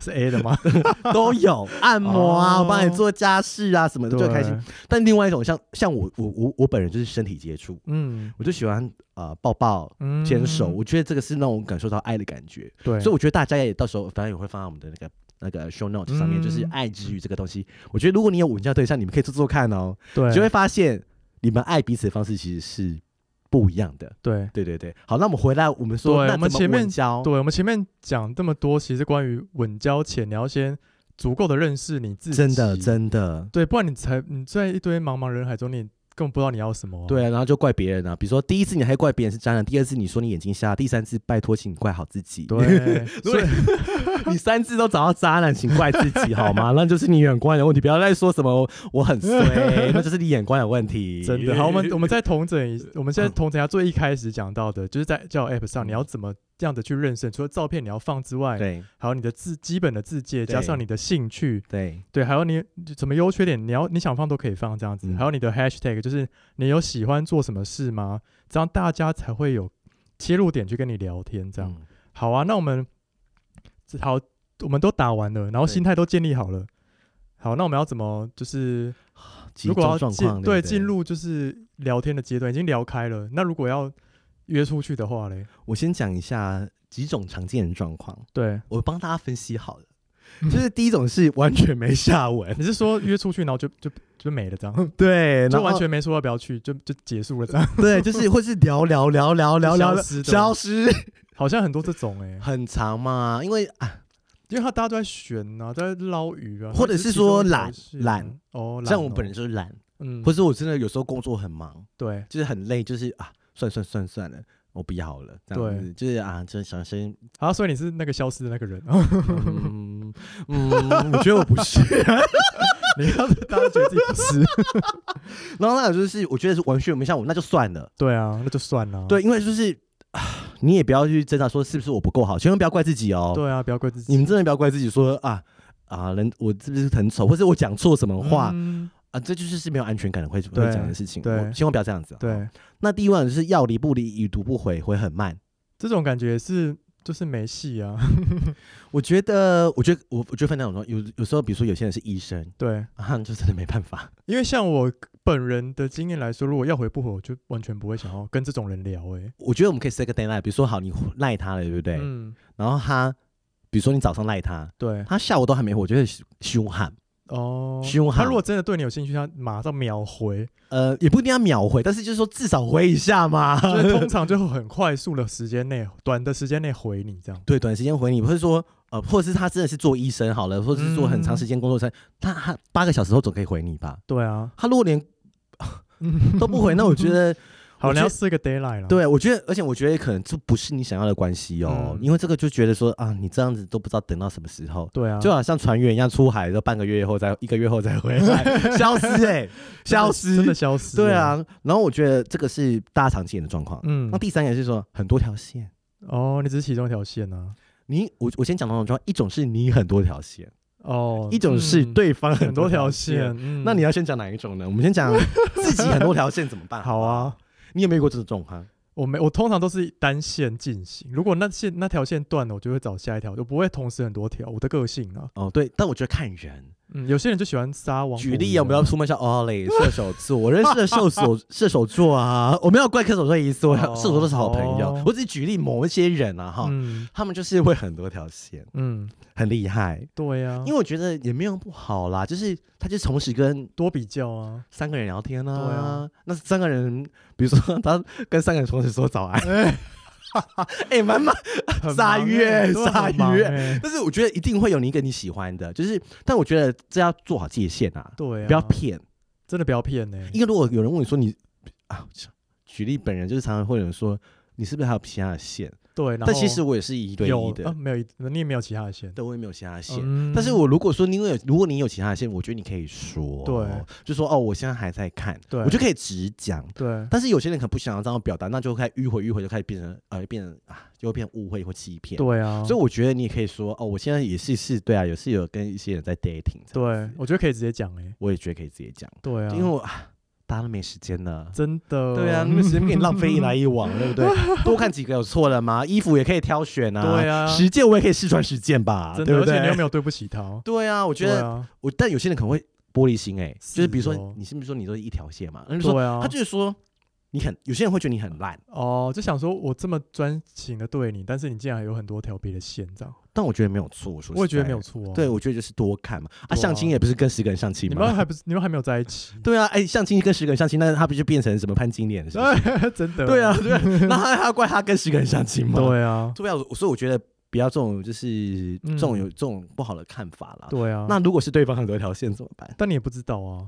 Speaker 1: 是 A 的吗？
Speaker 2: 都有按摩啊，
Speaker 1: 哦
Speaker 2: 我帮你做家事啊什么的， 就
Speaker 1: 对
Speaker 2: 很开心。，但另外一种像像我我我我本人就是身体接触，
Speaker 1: 嗯
Speaker 2: 我就喜欢呃抱抱、
Speaker 1: 嗯
Speaker 2: 牵手，我觉得这个是让我感受到爱的感觉。
Speaker 1: 对，
Speaker 2: 所以我觉得大家也到时候反正也会放在我们的那个那个 show notes 上面，
Speaker 1: 嗯
Speaker 2: 就是爱之语这个东西。我觉得如果你有稳交对象，你们可以做做看哦，
Speaker 1: 对
Speaker 2: 你就会发现你们爱彼此的方式其实是不一样的。
Speaker 1: 对
Speaker 2: 对对对，好，那我们回来，我们说
Speaker 1: 对
Speaker 2: 那
Speaker 1: 我们
Speaker 2: 怎么
Speaker 1: 前面
Speaker 2: 稳交，
Speaker 1: 对，我们前面讲这么多，其实关于稳交前，你要先足够的认识你自己，
Speaker 2: 真的真的。
Speaker 1: 对，不然你才你在一堆茫茫人海中，你根本不知道你要什么、啊。
Speaker 2: 对啊，然后就怪别人啊，比如说第一次你还怪别人是渣男，第二次你说你眼睛瞎，第三次拜托请你怪好自己，
Speaker 1: 对，
Speaker 2: 如
Speaker 1: 所
Speaker 2: 果
Speaker 1: 以
Speaker 2: 你三次都找到渣男，请怪自己好吗？那就是你眼光有问题，不要再说什么我很衰，那就是你眼光有问题。
Speaker 1: 真的好，我 们我们再同整一，我们现在
Speaker 2: 嗯
Speaker 1: 同整一下最一开始讲到的，就是在交友 App 上，你要怎么这样的去认识？除了照片你要放之外，
Speaker 2: 对
Speaker 1: 还有你的字基本的字界，加
Speaker 2: 对
Speaker 1: 上你的兴趣，
Speaker 2: 对
Speaker 1: 对，还有你什么优缺点，你要你想放都可以放这样子，
Speaker 2: 嗯
Speaker 1: 还有你的 hashtag，就是你有喜欢做什么事吗？这样大家才会有切入点去跟你聊天。这样、
Speaker 2: 嗯
Speaker 1: 好啊，那我们好，我们都打完了，然后
Speaker 2: 对
Speaker 1: 心态都建立好了。好，那我们要怎么就是
Speaker 2: 集
Speaker 1: 如果
Speaker 2: 中
Speaker 1: 要
Speaker 2: 状
Speaker 1: 进
Speaker 2: 况
Speaker 1: 对
Speaker 2: 不
Speaker 1: 进入就是聊天的阶段，已经聊开了，那如果要约出去的话嘞，
Speaker 2: 我先讲一下几种常见的状况，
Speaker 1: 对，
Speaker 2: 我帮大家分析好了。就是第一种是完全没下文，
Speaker 1: 你是说约出去，然后就就就没了 这样，
Speaker 2: 对，然
Speaker 1: 就
Speaker 2: 后
Speaker 1: 完全没说要不要去，就就结束了这样，
Speaker 2: 对，就是或是聊聊聊聊聊聊
Speaker 1: 消失的
Speaker 2: 消失
Speaker 1: 好像很多这种哎、
Speaker 2: 很长嘛，因为啊，
Speaker 1: 因为他大家都在选呐、都在捞鱼啊，
Speaker 2: 或者
Speaker 1: 这
Speaker 2: 是
Speaker 1: 其中
Speaker 2: 说
Speaker 1: 一种
Speaker 2: 懒
Speaker 1: 事啊
Speaker 2: 懒
Speaker 1: 哦，
Speaker 2: 像
Speaker 1: 懒
Speaker 2: 我
Speaker 1: 哦
Speaker 2: 本人就是懒，
Speaker 1: 嗯，
Speaker 2: 或
Speaker 1: 是
Speaker 2: 是我真的有时候工作很忙，
Speaker 1: 对，
Speaker 2: 就是很累，就是啊，算算算算了，我不要了，这样
Speaker 1: 对
Speaker 2: 子，就是啊，就是想先，
Speaker 1: 啊，所以你是那个消失的那个人，
Speaker 2: 嗯嗯，我觉得我不是，
Speaker 1: 你要是大家觉得自己不 是，
Speaker 2: 然后那种就是我觉得是完全没像我，那就算了，
Speaker 1: 对啊，那就算了，
Speaker 2: 对，因为就是啊，你也不要去挣扎说是不是我不够好，千万不要怪自己哦，
Speaker 1: 对啊，不要怪自己，
Speaker 2: 你们真的不要怪自己说啊啊，人我是不是很丑，或者我讲错什么话、
Speaker 1: 嗯
Speaker 2: 啊？这就是是没有安全感的会会
Speaker 1: 对
Speaker 2: 讲的事情，
Speaker 1: 对
Speaker 2: 我千万不要这样子、，
Speaker 1: 对，
Speaker 2: 那第一种就是要离不离，已读不回，回很慢。
Speaker 1: 这种感觉是就是没戏啊，
Speaker 2: 我觉得，我觉得我我觉得分两种，有有时候，比如说有些人是医生
Speaker 1: 对，
Speaker 2: 啊，就真的没办法。
Speaker 1: 因为像我本人的经验来说，如果要回不回，我就完全不会想要跟这种人聊、欸，
Speaker 2: 我觉得我们可以 set 个 deadline，比如说好，你赖他了，对不对？
Speaker 1: 嗯，
Speaker 2: 然后他，比如说你早上赖他，
Speaker 1: 对，
Speaker 2: 他下午都还没回，我觉得凶悍。
Speaker 1: 哦，
Speaker 2: 凶悍
Speaker 1: 他如果真的对你有兴趣，他马上秒 回，
Speaker 2: 呃，也不一定要秒回，但是就是说至少回一下嘛。
Speaker 1: 就是通常就会很快速的时间内，短的时间内回你这样。
Speaker 2: 对，短时间回你，或者说呃，或者是他真的是做医生好了，或者是做很长时间工作生，他他八个小时后总可以回你吧？
Speaker 1: 对啊，
Speaker 2: 他 如果连都不回，那我觉得
Speaker 1: 好，
Speaker 2: 我
Speaker 1: 你
Speaker 2: 觉
Speaker 1: 要
Speaker 2: 得
Speaker 1: 设个 d a y l i g h t 了。，
Speaker 2: 对我啊觉得，而且我觉得可能这不是你想要的关系哦，
Speaker 1: 嗯
Speaker 2: 因为这个就觉得说啊，你这样子都不知道等到什么时候。
Speaker 1: 对啊，
Speaker 2: 就好像船员一样，出海都半个月后再一个月后再 回来，消失哎、
Speaker 1: 真的
Speaker 2: 消失，
Speaker 1: 真的消失。
Speaker 2: 对，啊。然后我觉得这个是大家常见的状况。
Speaker 1: 嗯
Speaker 2: 那，第三个是说很多条线，
Speaker 1: 哦，你只是其中一条线啊。
Speaker 2: 你我我先讲两种状况，一种是你很多条线，
Speaker 1: 哦，
Speaker 2: 一种是
Speaker 1: 嗯
Speaker 2: 对方
Speaker 1: 很
Speaker 2: 多
Speaker 1: 多
Speaker 2: 条
Speaker 1: 条线，。嗯
Speaker 2: 那你要先讲哪一种呢？我们先 讲自己很多条线怎么办？
Speaker 1: 好
Speaker 2: 不，
Speaker 1: 啊。
Speaker 2: 你有没有遇过这种状况？
Speaker 1: 我没，我通常都是单线进行。如果那线那条线断了，我就会找下一条，我不会同时很多条。我的个性啊，
Speaker 2: 哦，对，但我觉得看人。
Speaker 1: 嗯，有些人就喜欢撒网。
Speaker 2: 举例啊，我们要出门像哦嘞，射手座，我认识的射 手射手座啊，我没有怪射手座的意思，我
Speaker 1: 哦
Speaker 2: 射手座都是好朋友
Speaker 1: 哦，
Speaker 2: 我只举例某一些人啊哈，
Speaker 1: 嗯
Speaker 2: 他们就是会很多条线，
Speaker 1: 嗯，
Speaker 2: 很厉害。
Speaker 1: 对啊，
Speaker 2: 因为我觉得也没有不好啦，就是他就同时跟
Speaker 1: 多比较 啊，
Speaker 2: 三个人聊天啊，
Speaker 1: 对啊，
Speaker 2: 那三个人，比如说他跟三个人同时说早安，哎，蛮蛮，
Speaker 1: 很
Speaker 2: 撒
Speaker 1: 忙
Speaker 2: 约
Speaker 1: 欸对啊
Speaker 2: 撒
Speaker 1: 很忙
Speaker 2: 约
Speaker 1: 欸
Speaker 2: 但是我觉得一定会有你一个你喜欢的，就是，但我觉得这要做好界限啊，
Speaker 1: 对啊，
Speaker 2: 不要骗，
Speaker 1: 真的不要骗呢。欸
Speaker 2: 因为如果有人问你说你啊，举例本人就是常常会有人说你是不是还有其他的线，
Speaker 1: 对，然
Speaker 2: 但其
Speaker 1: 后
Speaker 2: 实我也是一对
Speaker 1: 有
Speaker 2: 一的
Speaker 1: 啊，，没有一，你也没有其他的线。
Speaker 2: 但我也没有其他的线。
Speaker 1: 嗯
Speaker 2: 但是我如果说你有，如果你有其他的线，我觉得你可以说，
Speaker 1: 对，
Speaker 2: 就说哦，我现在还在看，
Speaker 1: 对
Speaker 2: 我就可以直讲。
Speaker 1: 对
Speaker 2: 但是有些人可能不想要这样表达，那就开始迂回迂回，就开始变成呃，变成啊，就会变误会或欺骗。，
Speaker 1: 对啊，
Speaker 2: 所以我觉得你也可以说哦，我现在也是是，对啊，也是有跟一些人在 dating，这样
Speaker 1: 对，我觉得可以直接讲哎、
Speaker 2: 我也觉得可以直接讲，
Speaker 1: 对啊，
Speaker 2: 因为我、啊、大家都没时间了。
Speaker 1: 真的，
Speaker 2: 对啊，那个时间给你浪费一来一往，对不 对？多看几个有错了吗？衣服也可以挑选啊，
Speaker 1: 对啊
Speaker 2: 实践我也可以试穿实践吧，
Speaker 1: 真
Speaker 2: 啊对
Speaker 1: 的，
Speaker 2: 不
Speaker 1: 而且你又
Speaker 2: 对
Speaker 1: 没？有对不起他，
Speaker 2: 对啊，我觉
Speaker 1: 对
Speaker 2: 得
Speaker 1: 啊，
Speaker 2: 我，但有些人可能会玻璃心哎、就是
Speaker 1: 是
Speaker 2: 比如说
Speaker 1: 哦
Speaker 2: 你是不是说你都是一条线嘛？那就说
Speaker 1: 对啊，
Speaker 2: 他就是说你很，有些人会觉得你很烂，
Speaker 1: 哦，就想说我这么专情的对你，但是你竟然还有很多条别的线，这样
Speaker 2: 但我觉得没有错，我说
Speaker 1: 我也觉得
Speaker 2: 实在
Speaker 1: 没有
Speaker 2: 的。
Speaker 1: 错、啊。
Speaker 2: 对，，我觉得就是多看嘛。啊，
Speaker 1: 对啊
Speaker 2: 相亲也不是跟十个人相亲
Speaker 1: 你
Speaker 2: 吗
Speaker 1: 们？还不是你们还没有在一起，
Speaker 2: 对啊，哎，相亲跟十个人相亲，那他不就变成什么潘金莲？是不是
Speaker 1: 真的，
Speaker 2: 对啊，，对啊，那他还要怪他跟十个人相亲吗？，
Speaker 1: 对 啊，
Speaker 2: 对啊，我所以我觉得不要这种就是
Speaker 1: 嗯
Speaker 2: 这种有这种不好的看法啦。
Speaker 1: 对啊。
Speaker 2: 那如果是对方很多条线怎么办？
Speaker 1: 但你也不知道啊，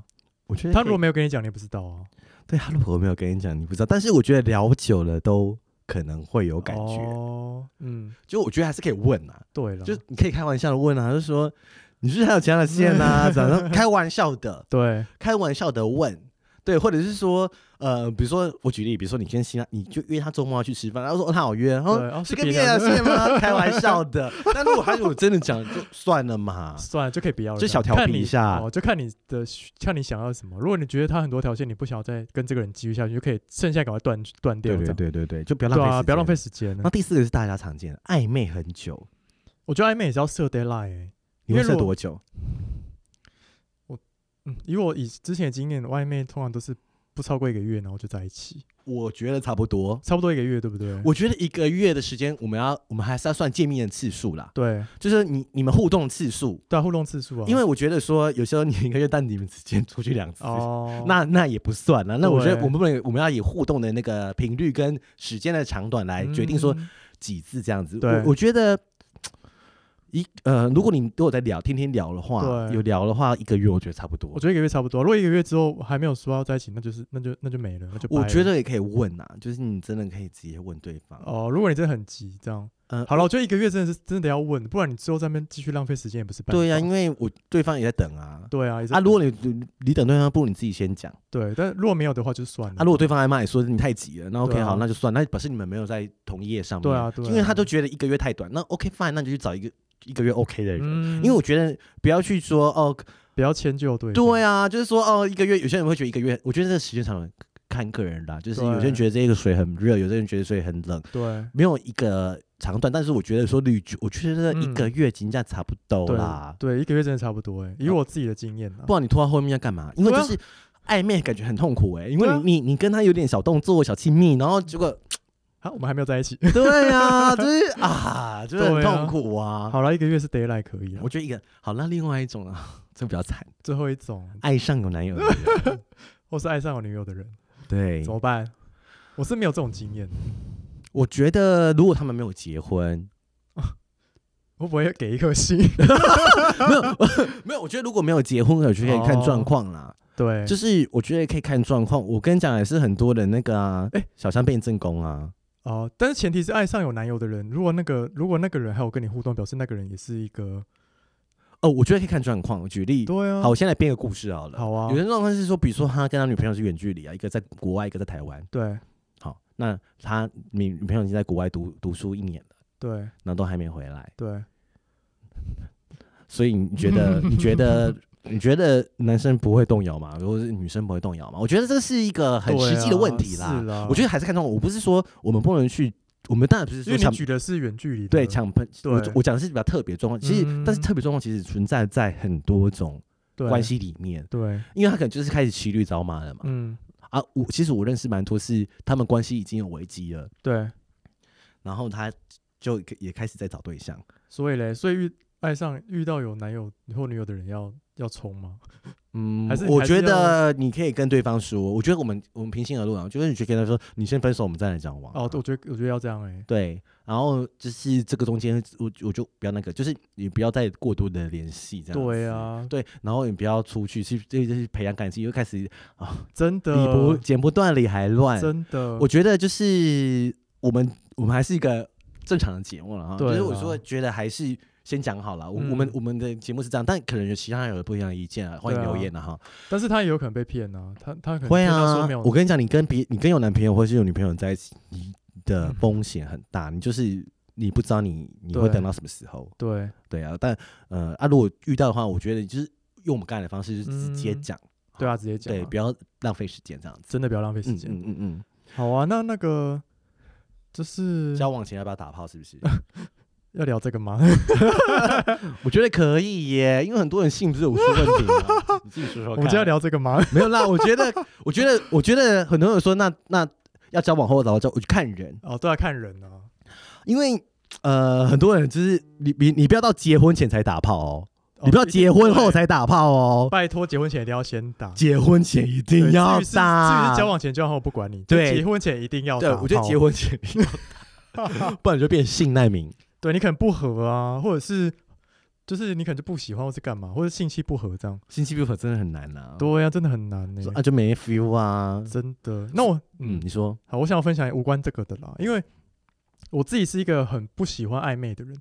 Speaker 2: 我觉得
Speaker 1: 他
Speaker 2: 可
Speaker 1: 如
Speaker 2: 以
Speaker 1: 果没有跟你讲，你也不知道啊，
Speaker 2: 对他如果没有跟你讲，你不知道，但是我觉得聊久了都可能会有感觉，
Speaker 1: 哦，嗯，
Speaker 2: 就我觉得还是可以问啊，
Speaker 1: 对了，
Speaker 2: 就你可以开玩笑的问啊，就说你是不是还有其他的线啊？怎样？ 开玩笑的，
Speaker 1: 对，
Speaker 2: 开玩笑的问。对，或者是说，呃，比如说我举例，比如说你跟新郎，你就约他周末要去吃饭，他说、哦、他好约，然后
Speaker 1: 对哦
Speaker 2: 是
Speaker 1: 是
Speaker 2: 跟
Speaker 1: 别
Speaker 2: 别人
Speaker 1: 人
Speaker 2: 线 吗？开玩笑的。但如果他如果真的讲，就算了嘛。
Speaker 1: 算了，就可以不要了，
Speaker 2: 啊就小调
Speaker 1: 看
Speaker 2: 皮一
Speaker 1: 你
Speaker 2: 下
Speaker 1: 哦，就看你的需看你想要什么。如果你觉得他很多条线，你不想要再跟这个人继续下去，就可以剩下赶快断断掉，
Speaker 2: 对
Speaker 1: 这
Speaker 2: 对
Speaker 1: 样
Speaker 2: 对对对，就不要浪
Speaker 1: 对
Speaker 2: 费、
Speaker 1: 啊，不要浪费。时间
Speaker 2: 那
Speaker 1: 了。
Speaker 2: 第四个是大家常见的暧昧很久，
Speaker 1: 我觉得暧昧也是要设 deadline 欸
Speaker 2: 你
Speaker 1: 因
Speaker 2: 会
Speaker 1: 为
Speaker 2: 设
Speaker 1: 如果
Speaker 2: 多久？
Speaker 1: 嗯，以我以之前的经验，外面通常都是不超过一个月，然后就在一起。
Speaker 2: 我觉得差不多。
Speaker 1: 差不多一个月，对不对？
Speaker 2: 我觉得一个月的时间，我们要我们还是要算见面的次数啦，
Speaker 1: 对啊
Speaker 2: 就是你你们互动次数。
Speaker 1: 对啊，互动次数啊，
Speaker 2: 因为我觉得说，有时候你一个月但你们之间出去两次，
Speaker 1: 哦，
Speaker 2: 那那也不算了。那我觉得
Speaker 1: 对
Speaker 2: 我们不能，我们要以互动的那个频率跟时间的长短来决定说
Speaker 1: 嗯
Speaker 2: 几次这样子。
Speaker 1: 对
Speaker 2: 我我觉得一呃，如果你都有在聊，天天聊的话，
Speaker 1: 对
Speaker 2: 有聊的话，一个月我觉得差不多
Speaker 1: 我。觉得一个月差不多。如果一个月之后还没有说要在一起，那就是那就那就没了，那就掰
Speaker 2: 我
Speaker 1: 了
Speaker 2: 觉得也可以问啊，就是你真的可以直接问对方。
Speaker 1: 哦，如果你真的很急，这样
Speaker 2: 嗯
Speaker 1: 好了，我觉得一个月真的是真的要问，不然你之后在那边继续浪费时间也不是办法。
Speaker 2: 对啊呀、因为我对方也在等啊。
Speaker 1: 对啊，也是
Speaker 2: 啊，如果你你你等对方，不如你自己先讲。
Speaker 1: 对，但如果没有的话就算了。
Speaker 2: 啊，如果对方挨骂，你说你太急了，那 OK
Speaker 1: 对啊
Speaker 2: 好，那就算，那表示你们没有在同一页上面。
Speaker 1: 对啊对啊
Speaker 2: 因为他都觉得一个月太短，那 OK fine，那你就去找一个一个月 OK 的人。
Speaker 1: 嗯
Speaker 2: 因为我觉得不要去说哦，
Speaker 1: 不要迁就对方，
Speaker 2: 对啊，就是说哦，一个月有些人会觉得一个月，我觉得这个时间长短看个人啦，就是
Speaker 1: 对
Speaker 2: 有些人觉得这个水很热，有些人觉得水很冷，
Speaker 1: 对
Speaker 2: 没有一个长短。但是我觉得说旅居，我觉得一个月金价差不多
Speaker 1: 对
Speaker 2: 啦，
Speaker 1: 嗯对，一个月真的差不多哎，以
Speaker 2: 啊
Speaker 1: 我自己的经验啊，
Speaker 2: 不然你拖到后面要干嘛？因为
Speaker 1: 对
Speaker 2: 就
Speaker 1: 啊
Speaker 2: 是暧昧感觉很痛苦哎、因为
Speaker 1: 对啊
Speaker 2: 你你你跟他有点小动作、小亲密，然后结 果
Speaker 1: 啊，我们还没有在一起。
Speaker 2: 对啊，就是啊，就是很
Speaker 1: 对啊
Speaker 2: 痛苦啊。
Speaker 1: 好了，一个月是 d a y l i g h t 可以了
Speaker 2: 我。觉得一个好，那另外一种啊，这比较惨，
Speaker 1: 最后一种，
Speaker 2: 爱上有男友的人
Speaker 1: 或是爱上我女友的人
Speaker 2: 对
Speaker 1: 怎，么办？我是没有这种经验的，
Speaker 2: 我觉得如果他们没有结婚，
Speaker 1: 我不会给一颗 星。
Speaker 2: 没有，我觉得如果没有结婚，我觉得可以看状况啦。
Speaker 1: 对，
Speaker 2: 就是我觉得可以看状况。我跟你讲，也是很多人那个啊，哎、
Speaker 1: 哎
Speaker 2: 小三变正宫啊，
Speaker 1: 哦、但是前提是爱上有男友的人。如果那个如果那个人还有跟你互动，表示那个人也是一个
Speaker 2: 哦，我觉得可以看状况。我举例，
Speaker 1: 对啊，
Speaker 2: 好，我现在编个故事好了。
Speaker 1: 好啊
Speaker 2: 有，些状况是说，比如说他跟他女朋友是远距离啊，一个在国外，一个在台湾。
Speaker 1: 对
Speaker 2: 好，那他女女朋友已经在国外读读书一年了，
Speaker 1: 对
Speaker 2: 然后都还没回来，
Speaker 1: 对，
Speaker 2: 所以你觉得？你觉得？你觉得男生不会动摇吗？如果是女生不会动摇吗？我觉得这是一个很
Speaker 1: 对
Speaker 2: 实际的
Speaker 1: 啊
Speaker 2: 问题啦。
Speaker 1: 是啦，
Speaker 2: 我觉得还是看状况。我不是说我们不能去，我们当然不是
Speaker 1: 因
Speaker 2: 说
Speaker 1: 为你
Speaker 2: 抢
Speaker 1: 举的是远距离的，
Speaker 2: 对抢喷。
Speaker 1: 对
Speaker 2: 我我讲的是比较特别状况，其实、但是
Speaker 1: 嗯
Speaker 2: 特别状况其实存在在很多种
Speaker 1: 对
Speaker 2: 关，系里面，
Speaker 1: 对，
Speaker 2: 因为他可能就是开始骑驴找马了嘛。
Speaker 1: 嗯，
Speaker 2: 啊，我其实我认识蛮多是他们关系已经有危机了，
Speaker 1: 对，
Speaker 2: 然后他就也开始在找对象。
Speaker 1: 所以嘞，所以遇爱上遇到有男友或女友的人要要冲吗？
Speaker 2: 嗯
Speaker 1: 还是，
Speaker 2: 我
Speaker 1: 还是
Speaker 2: 觉得你可以跟对方说，我觉得我们我们平心而论啊，就是你去跟他说，你先分手，我们再来交往啊。
Speaker 1: 哦，我觉得我觉得要这样哎，
Speaker 2: 对，然后就是这个中间，我我就不要那个，就是你不要再过多的联系，这样子
Speaker 1: 对。啊，
Speaker 2: 对，然后你不要出去去，这就是培养感情，又开始理
Speaker 1: 真的，
Speaker 2: 不剪不断理还乱。
Speaker 1: 真的，
Speaker 2: 我觉得就是我们我们还是一个正常的节目了哈，
Speaker 1: 对
Speaker 2: 就是我
Speaker 1: 啦
Speaker 2: 说觉得还是先讲好了，我我们
Speaker 1: 嗯
Speaker 2: 我们的节目是这样，但可能有其他人有不一样的意见啊，欢迎
Speaker 1: 对啊
Speaker 2: 留言啊哈。
Speaker 1: 但是他也有可能被骗啊，他他可能
Speaker 2: 会
Speaker 1: 骗他
Speaker 2: 啊
Speaker 1: 说没有，
Speaker 2: 我跟你讲，你跟别你跟有男朋友或是有女朋友在一起，你
Speaker 1: 嗯
Speaker 2: 的风险很大，你就是你不知道你你会
Speaker 1: 对
Speaker 2: 等到什么时候，
Speaker 1: 对
Speaker 2: 对啊，但呃啊，如果遇到的话，我觉得就是用我们刚才的方式，就是直接
Speaker 1: 嗯
Speaker 2: 讲，
Speaker 1: 对啊，直接讲啊，
Speaker 2: 对，不要浪费时间这样子。
Speaker 1: 真的不要浪费时
Speaker 2: 嗯
Speaker 1: 间。
Speaker 2: 嗯嗯嗯
Speaker 1: 好啊，那那个就是
Speaker 2: 嗯，交往前要不要打炮？是不是？
Speaker 1: 要聊这个吗？
Speaker 2: 我觉得可以耶，因为很多人性不是有出问题 吗？你自己说说看。
Speaker 1: 我们今天要聊这个吗？
Speaker 2: 没有啦，我觉得，我觉得，我觉得很多人说那那要交往后找交，我就看人，
Speaker 1: 哦，对啊，看人啊，
Speaker 2: 因为呃，很多人就是你你你不要到结婚前才打炮哦，
Speaker 1: 哦
Speaker 2: 你不要
Speaker 1: 一定
Speaker 2: 结婚后
Speaker 1: 对
Speaker 2: 才打炮哦，
Speaker 1: 拜托，结婚前一定要先打，
Speaker 2: 结婚前一
Speaker 1: 对
Speaker 2: 定要
Speaker 1: 至于是至于
Speaker 2: 打。
Speaker 1: 是交往前交往后不管你，
Speaker 2: 对
Speaker 1: 就结婚前一定要打
Speaker 2: 对，
Speaker 1: 炮。
Speaker 2: 我觉得结婚前一 定要打，不然你就变性难 民。
Speaker 1: 对你可能不合啊，或者是就是你可能就不喜欢，或是干嘛，或者性气不合这样。
Speaker 2: 性气不合真的很难啊，
Speaker 1: 对啊，真的很难呢、
Speaker 2: 说啊就没 feel 啊。
Speaker 1: 真的。那我
Speaker 2: 嗯，
Speaker 1: 嗯，
Speaker 2: 你说
Speaker 1: 好，我想要分享无关这个的啦，因为我自己是一个很不喜欢暧昧的人。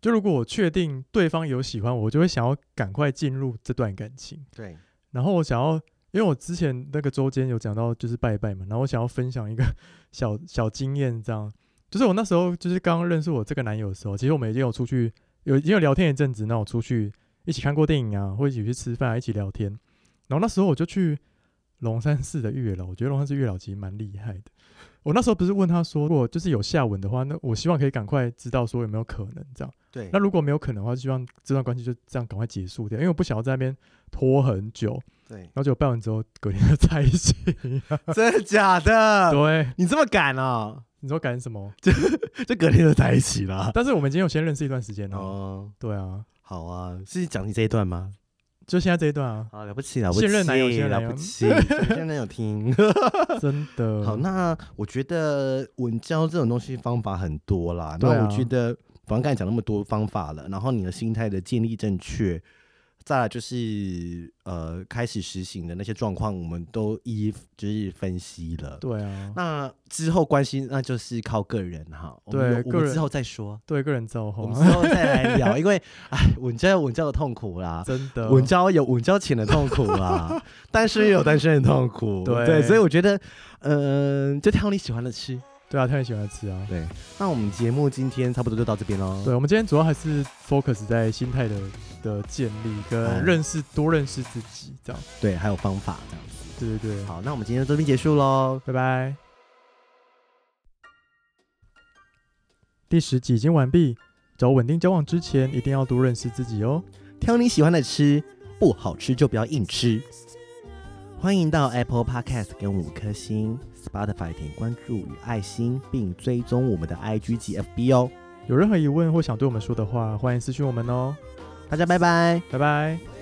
Speaker 1: 就如果我确定对方有喜欢我，我就会想要赶快进入这段感情。
Speaker 2: 对，
Speaker 1: 然后我想要，因为我之前那个周间有讲到就是拜拜嘛，然后我想要分享一个 小小经验，这样就是我那时候就是刚认识我这个男友的时候，其实我们已经有出去有已经有聊天一阵子，那我出去一起看过电影啊，或一起去吃饭、啊，一起聊天。然后那时候我就去龙山寺的月老，我觉得龙山寺月老其实蛮厉害的。我那时候不是问他说，如果就是有下文的话，那我希望可以赶快知道说有没有可能这样。
Speaker 2: 对
Speaker 1: 那如果没有可能的话，就希望这段关系就这样赶快结束掉，因为我不想要在那边拖很久。
Speaker 2: 对，
Speaker 1: 然后结果办完之后，隔天就在一 起。
Speaker 2: 真的假的？
Speaker 1: 对，
Speaker 2: 你这么敢啊？
Speaker 1: 你说赶什么？
Speaker 2: 就隔天就在一起了。
Speaker 1: 但是我们已经有先认识一段时间了。
Speaker 2: 哦，
Speaker 1: 对啊，
Speaker 2: 好啊，是讲你这一段吗？
Speaker 1: 就现在这一段 啊，
Speaker 2: 啊，了不起，了不起，
Speaker 1: 现任男友现任男
Speaker 2: 了
Speaker 1: 友
Speaker 2: 不起，现任男友听。
Speaker 1: 真的。
Speaker 2: 好，那我觉得稳交这种东西方法很多啦。
Speaker 1: 对
Speaker 2: 那
Speaker 1: 啊
Speaker 2: 我觉得，反正刚才讲那么多方法了，然后你的心态的建立正确，再来就是呃开始实行的那些状况，我们都一一就是分析了。
Speaker 1: 对啊，
Speaker 2: 那之后关系那就是靠个人哈，我们
Speaker 1: 对
Speaker 2: 有我
Speaker 1: 个
Speaker 2: 们
Speaker 1: 人哦
Speaker 2: 之后再说，
Speaker 1: 对个人造
Speaker 2: 我
Speaker 1: 化
Speaker 2: 们，之后再来聊，因为哎，稳交有稳交的痛苦啦，
Speaker 1: 真的。
Speaker 2: 稳交有稳交前的痛苦 啦，单身也有单身的痛苦，
Speaker 1: 对
Speaker 2: 所以我觉得，嗯、就挑你喜欢的吃。
Speaker 1: 对啊，太喜欢吃啊。
Speaker 2: 对，那我们节目今天差不多就到这边喽。
Speaker 1: 对，我们今天主要还是 focus 在心态的的建立
Speaker 2: 嗯
Speaker 1: 跟认识，多认识自己这样。
Speaker 2: 对，还有方法这样子。
Speaker 1: 对对对，
Speaker 2: 好，那我们今天就这边结束喽。
Speaker 1: 拜拜。第十集已经完毕，找稳定交往之前，一定要多认识自己哦。
Speaker 2: 挑你喜欢的吃，不好吃就不要硬吃。欢迎到 Apple Podcast 给我们五颗星，Spotify 点关注与爱心，并追踪我们的 IG 及 FB 哦。
Speaker 1: 有任何疑问或想对我们说的话，欢迎私讯我们哦。
Speaker 2: 大家拜拜。
Speaker 1: 拜拜。